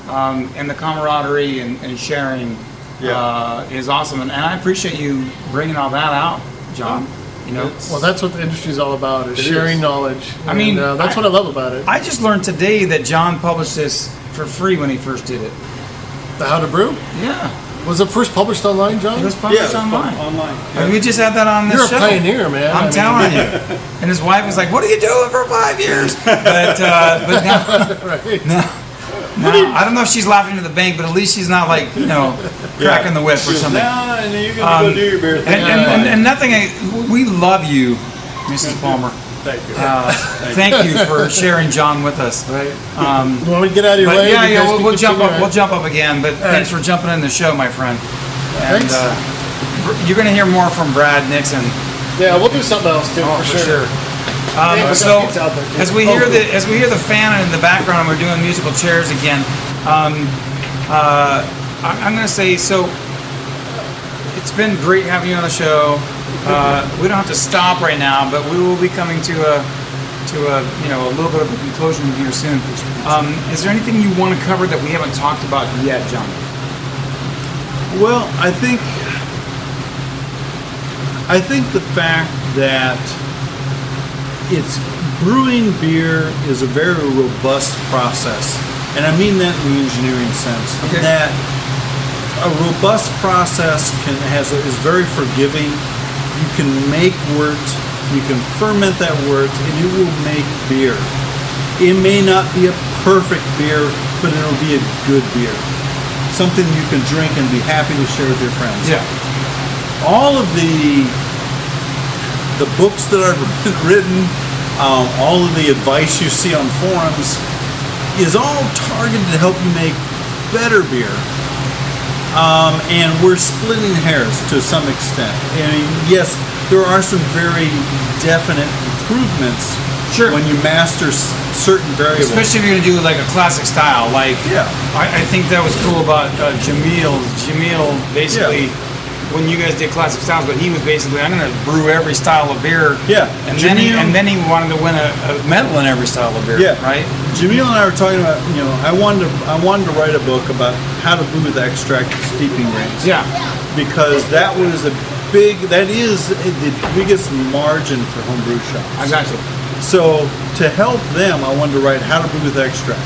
Speaker 3: um, and the camaraderie and, and sharing
Speaker 2: Yeah.
Speaker 3: uh, is awesome. And, and I appreciate you bringing all that out, John. You know,
Speaker 4: Well, that's what the industry is all about: is
Speaker 2: It
Speaker 4: sharing
Speaker 2: is.
Speaker 4: knowledge.
Speaker 3: I mean,
Speaker 4: And, uh, that's
Speaker 3: I-
Speaker 4: what I love about it.
Speaker 3: I just learned today that John published this for free when he first did it.
Speaker 4: the How to Brew
Speaker 3: Yeah,
Speaker 4: was it first published online, John?
Speaker 3: it was
Speaker 2: yeah,
Speaker 3: published
Speaker 2: it's
Speaker 3: online.
Speaker 2: Online.
Speaker 3: I mean, we just had that on this
Speaker 4: You're a
Speaker 3: show.
Speaker 4: pioneer, man. I
Speaker 3: I'm
Speaker 4: mean,
Speaker 3: telling you. And his wife was like, "What are you doing for five years?" But uh, but now,
Speaker 4: right.
Speaker 3: now I don't know if she's laughing to the bank, but at least she's not like you know cracking the whip or
Speaker 2: She goes,
Speaker 3: something.
Speaker 2: Nah, and then you're gonna
Speaker 3: Um,
Speaker 2: go do your beer
Speaker 3: And,
Speaker 2: thing.
Speaker 3: and, and, and nothing. We love you, Mrs. Palmer.
Speaker 2: Thank you.
Speaker 3: Uh, thank you for sharing John with us.
Speaker 4: Right.
Speaker 3: Um,
Speaker 4: You want me to get out of your
Speaker 3: but
Speaker 4: way?
Speaker 3: yeah, yeah,
Speaker 4: Because
Speaker 3: we'll,
Speaker 4: we
Speaker 3: we'll
Speaker 4: can
Speaker 3: jump
Speaker 4: figure
Speaker 3: up.
Speaker 4: out-
Speaker 3: We'll jump up again. But
Speaker 4: right.
Speaker 3: thanks for jumping in the show, my friend. And,
Speaker 4: Thanks.
Speaker 3: Uh, br- you're gonna hear more from Brad Nixon
Speaker 4: yeah, we'll do something else too,
Speaker 3: oh,
Speaker 4: for, sure.
Speaker 3: Um,
Speaker 4: Yeah,
Speaker 3: so
Speaker 4: it's out there, Oh, too.
Speaker 3: as we hear the as we hear the fan in the background, and we're doing musical chairs again. Um, uh, I, I'm going to say so. It's been great having you on the show. Uh, we don't have to stop right now, but we will be coming to a to a you know a little bit of a conclusion here soon. Um, is there anything you want to cover that we haven't talked about yet, John?
Speaker 2: Well, I think I think the fact that it's brewing beer is a very robust process, and I mean that in the engineering sense.
Speaker 3: Okay.
Speaker 2: That a robust process can has is very forgiving. You can make wort, you can ferment that wort, and it will make beer. It may not be a perfect beer, but it'll be a good beer. Something you can drink and be happy to share with your friends
Speaker 3: Yeah.
Speaker 2: all of the the books that are written, um, all of the advice you see on forums is all targeted to help you make better beer. Um, and we're splitting hairs to some extent. I mean, yes, there are some very definite improvements
Speaker 3: Sure.
Speaker 2: when you master s- certain variables.
Speaker 3: Especially if you're gonna do like a classic style, like
Speaker 2: Yeah.
Speaker 3: I, I think that was cool about uh, Jamil. Jamil basically, when you guys did classic styles, but he was basically I'm gonna brew every style of beer.
Speaker 2: Yeah.
Speaker 3: and then he,
Speaker 2: Jamil-
Speaker 3: and then he wanted to win a, a medal in every style of beer.
Speaker 2: Yeah.
Speaker 3: right.
Speaker 2: Jamil and I were talking about, you know, I wanted to, I wanted to write a book about how to brew with extract steeping rings.
Speaker 3: Yeah,
Speaker 2: because that was a big that is the biggest margin for homebrew shops.
Speaker 3: I got you.
Speaker 2: So to help them, I wanted to write how to brew with extract.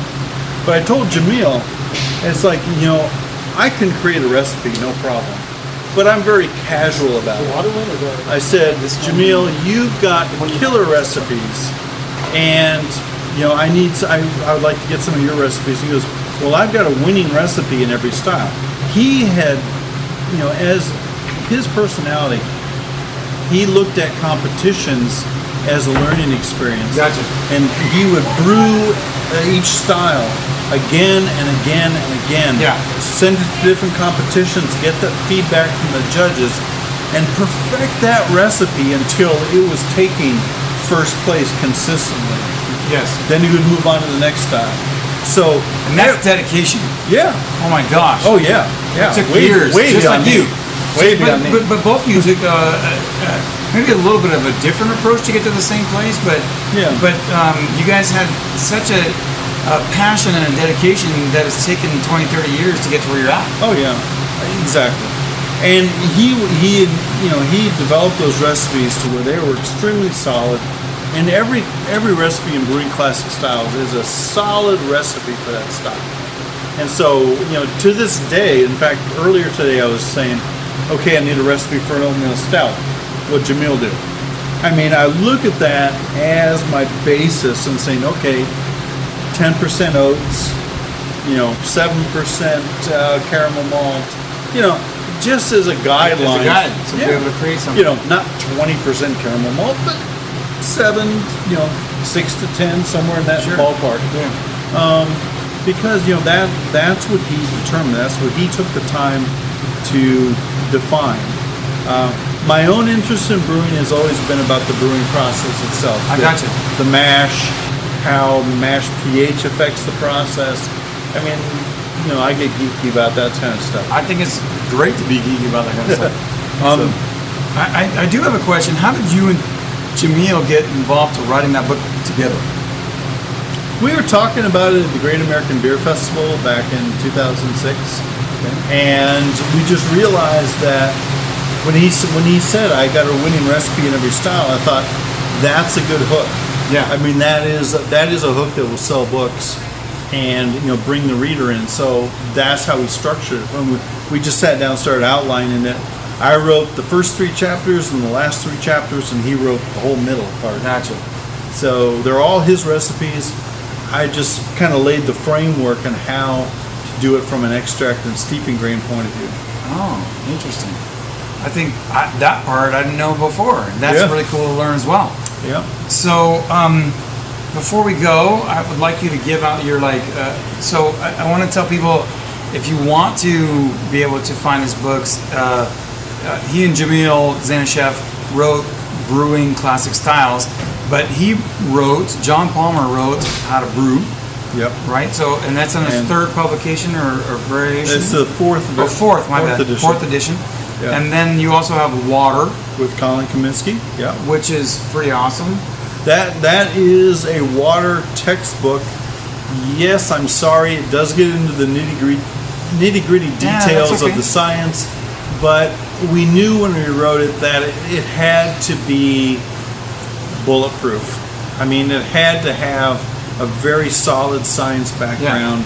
Speaker 2: But I told Jamil, it's like you know, I can create a recipe, no problem. But I'm very casual about it.
Speaker 4: Watermelon or the-
Speaker 2: I said, Jamil, you've got killer recipes, and you know I need. s- I, I would like to get some of your recipes. He goes, well, I've got a winning recipe in every style. He had, you know, as his personality, he looked at competitions as a learning experience.
Speaker 3: Gotcha.
Speaker 2: And he would brew uh, each style again and again and again.
Speaker 3: Yeah.
Speaker 2: Send it to different competitions, get the feedback from the judges, and perfect that recipe until it was taking first place consistently.
Speaker 3: Yes,
Speaker 2: Then he would move on to the next style. So,
Speaker 3: and that's dedication.
Speaker 2: yeah.
Speaker 3: Oh my gosh.
Speaker 2: Oh, yeah. Yeah.
Speaker 3: It took
Speaker 2: Way-
Speaker 3: years,
Speaker 2: way
Speaker 3: just
Speaker 2: beyond
Speaker 3: like you.
Speaker 2: me. Way
Speaker 3: but,
Speaker 2: beyond me.
Speaker 3: but, but both of you took uh, uh, uh, maybe a little bit of a different approach to get to the same place, but
Speaker 2: Yeah.
Speaker 3: but um, you guys had such a, a passion and a dedication that it's taken 20, 30 years to get to where you're at.
Speaker 2: Oh yeah, exactly. And he he you know he developed those recipes to where they were extremely solid. And every every recipe in brewing classic styles is a solid recipe for that style. And so you know to this day, in fact, earlier today I was saying, okay, I need a recipe for an oatmeal stout. What Jamil do? I mean, I look at that as my basis and saying, okay, 10% oats, you know, 7% uh, caramel malt, you know, just as a guideline.
Speaker 3: guide, to be
Speaker 2: Yeah.
Speaker 3: able to create something.
Speaker 2: You know, not 20% caramel malt, but seven, you know, six to 10, somewhere in that
Speaker 3: Sure.
Speaker 2: ballpark.
Speaker 3: Yeah.
Speaker 2: Um, Because, you know, that that's what he determined. That's what he took the time to define. Uh, my own interest in brewing has always been about the brewing process itself.
Speaker 3: I
Speaker 2: The-
Speaker 3: gotcha.
Speaker 2: The mash, how mash pH affects the process. I mean, you know, I get geeky about that kind of stuff.
Speaker 3: I think it's great to be geeky about that kind of stuff.
Speaker 2: Um,
Speaker 3: So, I, I, I do have a question. How did you and Jamil get involved to writing that book together?
Speaker 2: We were talking about it at the Great American Beer Festival back in 2006, and we just realized that when he s- when he said I got a winning recipe in every style, I thought that's a good hook.
Speaker 3: Yeah.
Speaker 2: I mean that is that is a hook that will sell books, and you know bring the reader in. So that's how we structured it. When we, we just sat down, and started outlining it. I wrote the first three chapters and the last three chapters, and he wrote the whole middle part.
Speaker 3: Gotcha.
Speaker 2: So they're all his recipes. I just kind of laid the framework on how to do it from an extract and steeping grain point of view.
Speaker 3: Oh, interesting. I think I, that part I didn't know before. That's
Speaker 2: Yeah.
Speaker 3: really cool to learn as well.
Speaker 2: Yeah.
Speaker 3: So, um, before we go, I would like you to give out your like. Uh, so, I, I want to tell people if you want to be able to find his books, uh, uh, he and Jamil Zanishev wrote Brewing Classic Styles, but he wrote, John Palmer wrote How to Brew,
Speaker 2: Yep.
Speaker 3: right? So, and that's on his
Speaker 2: And-
Speaker 3: third publication or, or variation?
Speaker 2: It's the fourth.
Speaker 3: Oh, fourth, my bad.
Speaker 2: edition
Speaker 3: Fourth edition.
Speaker 2: Yeah.
Speaker 3: And then you also have Water,
Speaker 2: with Colin Kaminsky. Yeah.
Speaker 3: which is pretty awesome.
Speaker 2: That that is a water textbook. Yes, I'm sorry, it does get into the nitty gritty nitty gritty
Speaker 3: Yeah, that's
Speaker 2: details
Speaker 3: okay.
Speaker 2: of the science, but we knew when we wrote it that it, it had to be bulletproof. I mean, it had to have a very solid science background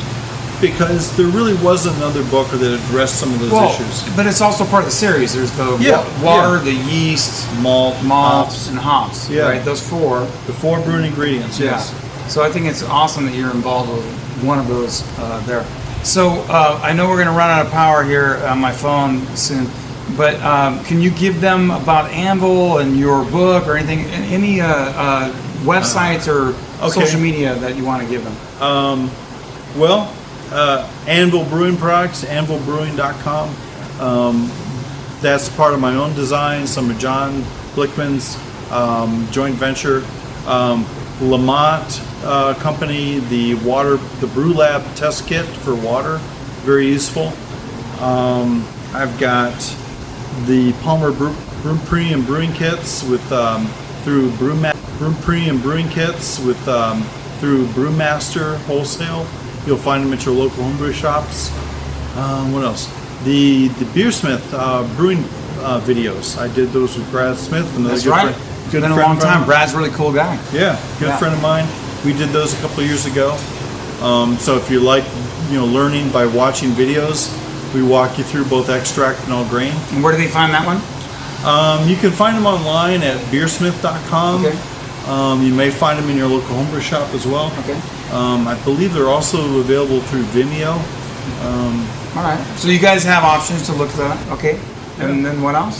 Speaker 2: because there really wasn't another book that addressed some of those
Speaker 3: Well,
Speaker 2: issues.
Speaker 3: but it's also part of the series. There's the wa-
Speaker 2: Yeah,
Speaker 3: water,
Speaker 2: yeah.
Speaker 3: the yeast,
Speaker 2: Malt,
Speaker 3: malts,
Speaker 2: malts,
Speaker 3: and hops.
Speaker 2: Yeah.
Speaker 3: Right, those four.
Speaker 2: the four brewing ingredients. Yes.
Speaker 3: Yeah. So I think it's awesome that you're involved with one of those uh, there. So uh, I know we're going to run out of power here on my phone soon, but um, can you give them about Anvil and your book or anything, a- any uh, uh, websites or
Speaker 2: Uh, Okay.
Speaker 3: social media that you want to give them?
Speaker 2: Well, uh, Anvil Brewing Products, anvilbrewing.com. Um, that's part of my own design, some of John Blickman's um, joint venture. Um, Lamont uh, Company, the water, the Brew Lab test kit for water, very useful. Um, I've got the Palmer Brew, Brew Premium Brewing Kits with um, through Brewma- Brew Premium Brewing Kits with um, through Brewmaster Wholesale. You'll find them at your local homebrew shops. Um, what else? The the Beersmith uh, brewing uh, videos. I did those with Brad Smith. Another
Speaker 3: That's
Speaker 2: good
Speaker 3: right.
Speaker 2: friend-
Speaker 3: It's
Speaker 2: good
Speaker 3: been a
Speaker 2: friend
Speaker 3: long
Speaker 2: from-
Speaker 3: time. Brad's a really cool guy.
Speaker 2: yeah, good
Speaker 3: Yeah.
Speaker 2: friend of mine. We did those a couple of years ago. Um, so if you like, you know, learning by watching videos, we walk you through both extract and all grain.
Speaker 3: And where do they find that one?
Speaker 2: Um, you can find them online at beersmith.com.
Speaker 3: Okay.
Speaker 2: Um, you may find them in your local homebrew shop as well.
Speaker 3: Okay.
Speaker 2: Um, I believe they're also available through Vimeo.
Speaker 3: All right. So you guys have options to look that. Okay. And then what else?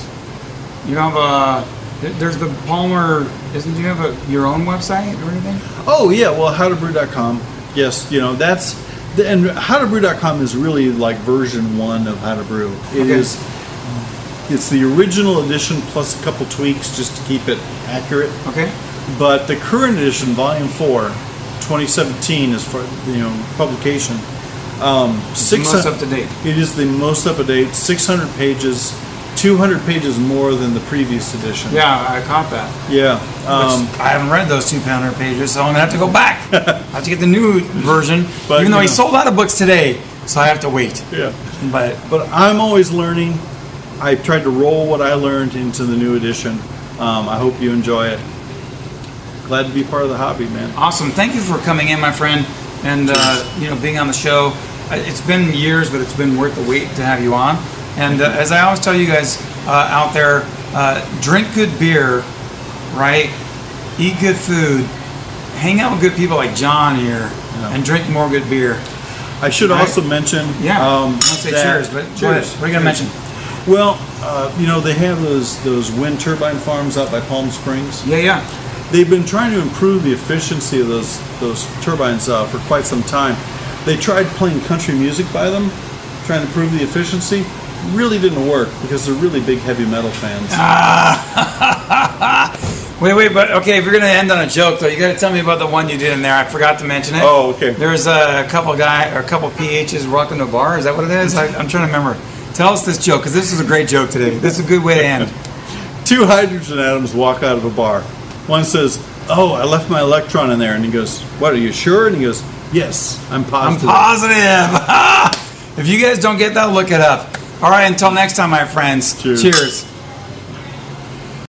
Speaker 3: You have a. th- There's the Palmer. Isn't you have a your own website or anything?
Speaker 2: Oh yeah, well howtobrew.com. Yes, you know that's the, and howtobrew.com is really like version one of how to brew. It
Speaker 3: Okay.
Speaker 2: is it's the original edition plus a couple tweaks just to keep it accurate.
Speaker 3: Okay.
Speaker 2: But the current edition, volume four, 2017, is for you know publication. Um, six
Speaker 3: most up to date.
Speaker 2: It is the most up to date. 600 pages, 200 pages more than the previous edition.
Speaker 3: Yeah, I caught that.
Speaker 2: Yeah. Um,
Speaker 3: Which I haven't read those two pounder pages, so I'm gonna have to go back. I have to get the new version.
Speaker 2: But,
Speaker 3: even though
Speaker 2: you
Speaker 3: he
Speaker 2: know.
Speaker 3: sold out of books today, so I have to wait.
Speaker 2: yeah.
Speaker 3: But
Speaker 2: But I'm always learning. I tried to roll what I learned into the new edition. Um, I hope you enjoy it. Glad to be part of the hobby, man.
Speaker 3: Awesome. Thank you for coming in, my friend, and uh, you know being on the show. Uh, It's been years, but it's been worth the wait to have you on. And uh, as I always tell you guys uh, out there, uh, drink good beer, right? Eat good food, hang out with good people like John here, and drink more good beer.
Speaker 2: I should also mention.
Speaker 3: Yeah.
Speaker 2: Um,
Speaker 3: I don't say
Speaker 2: that-
Speaker 3: cheers, but cheers. What are you gonna mention?
Speaker 2: Well, uh, you know, they have those those wind turbine farms out by Palm Springs.
Speaker 3: Yeah, yeah.
Speaker 2: They've been trying to improve the efficiency of those those turbines uh, for quite some time. They tried playing country music by them, trying to improve the efficiency. Really didn't work because they're really big heavy metal fans.
Speaker 3: Ah. Wait, wait, but okay, if you're gonna end on a joke though, you gotta tell me about the one you did in there. I forgot to mention it.
Speaker 2: Oh, okay.
Speaker 3: There's a couple guy or a couple PHs rocking the bar. Is that what it is? I, I'm trying to remember. Tell us this joke because this is a great joke today. This is a good way to end.
Speaker 2: Two hydrogen atoms walk out of a bar. One says, "Oh, I left my electron in there," and he goes, "What? Are you sure?" And he goes, "Yes, I'm
Speaker 3: I'm
Speaker 2: positive."
Speaker 3: positive. if you guys don't get that, look it up. All right, until next time, my friends.
Speaker 2: Cheers.
Speaker 3: Cheers.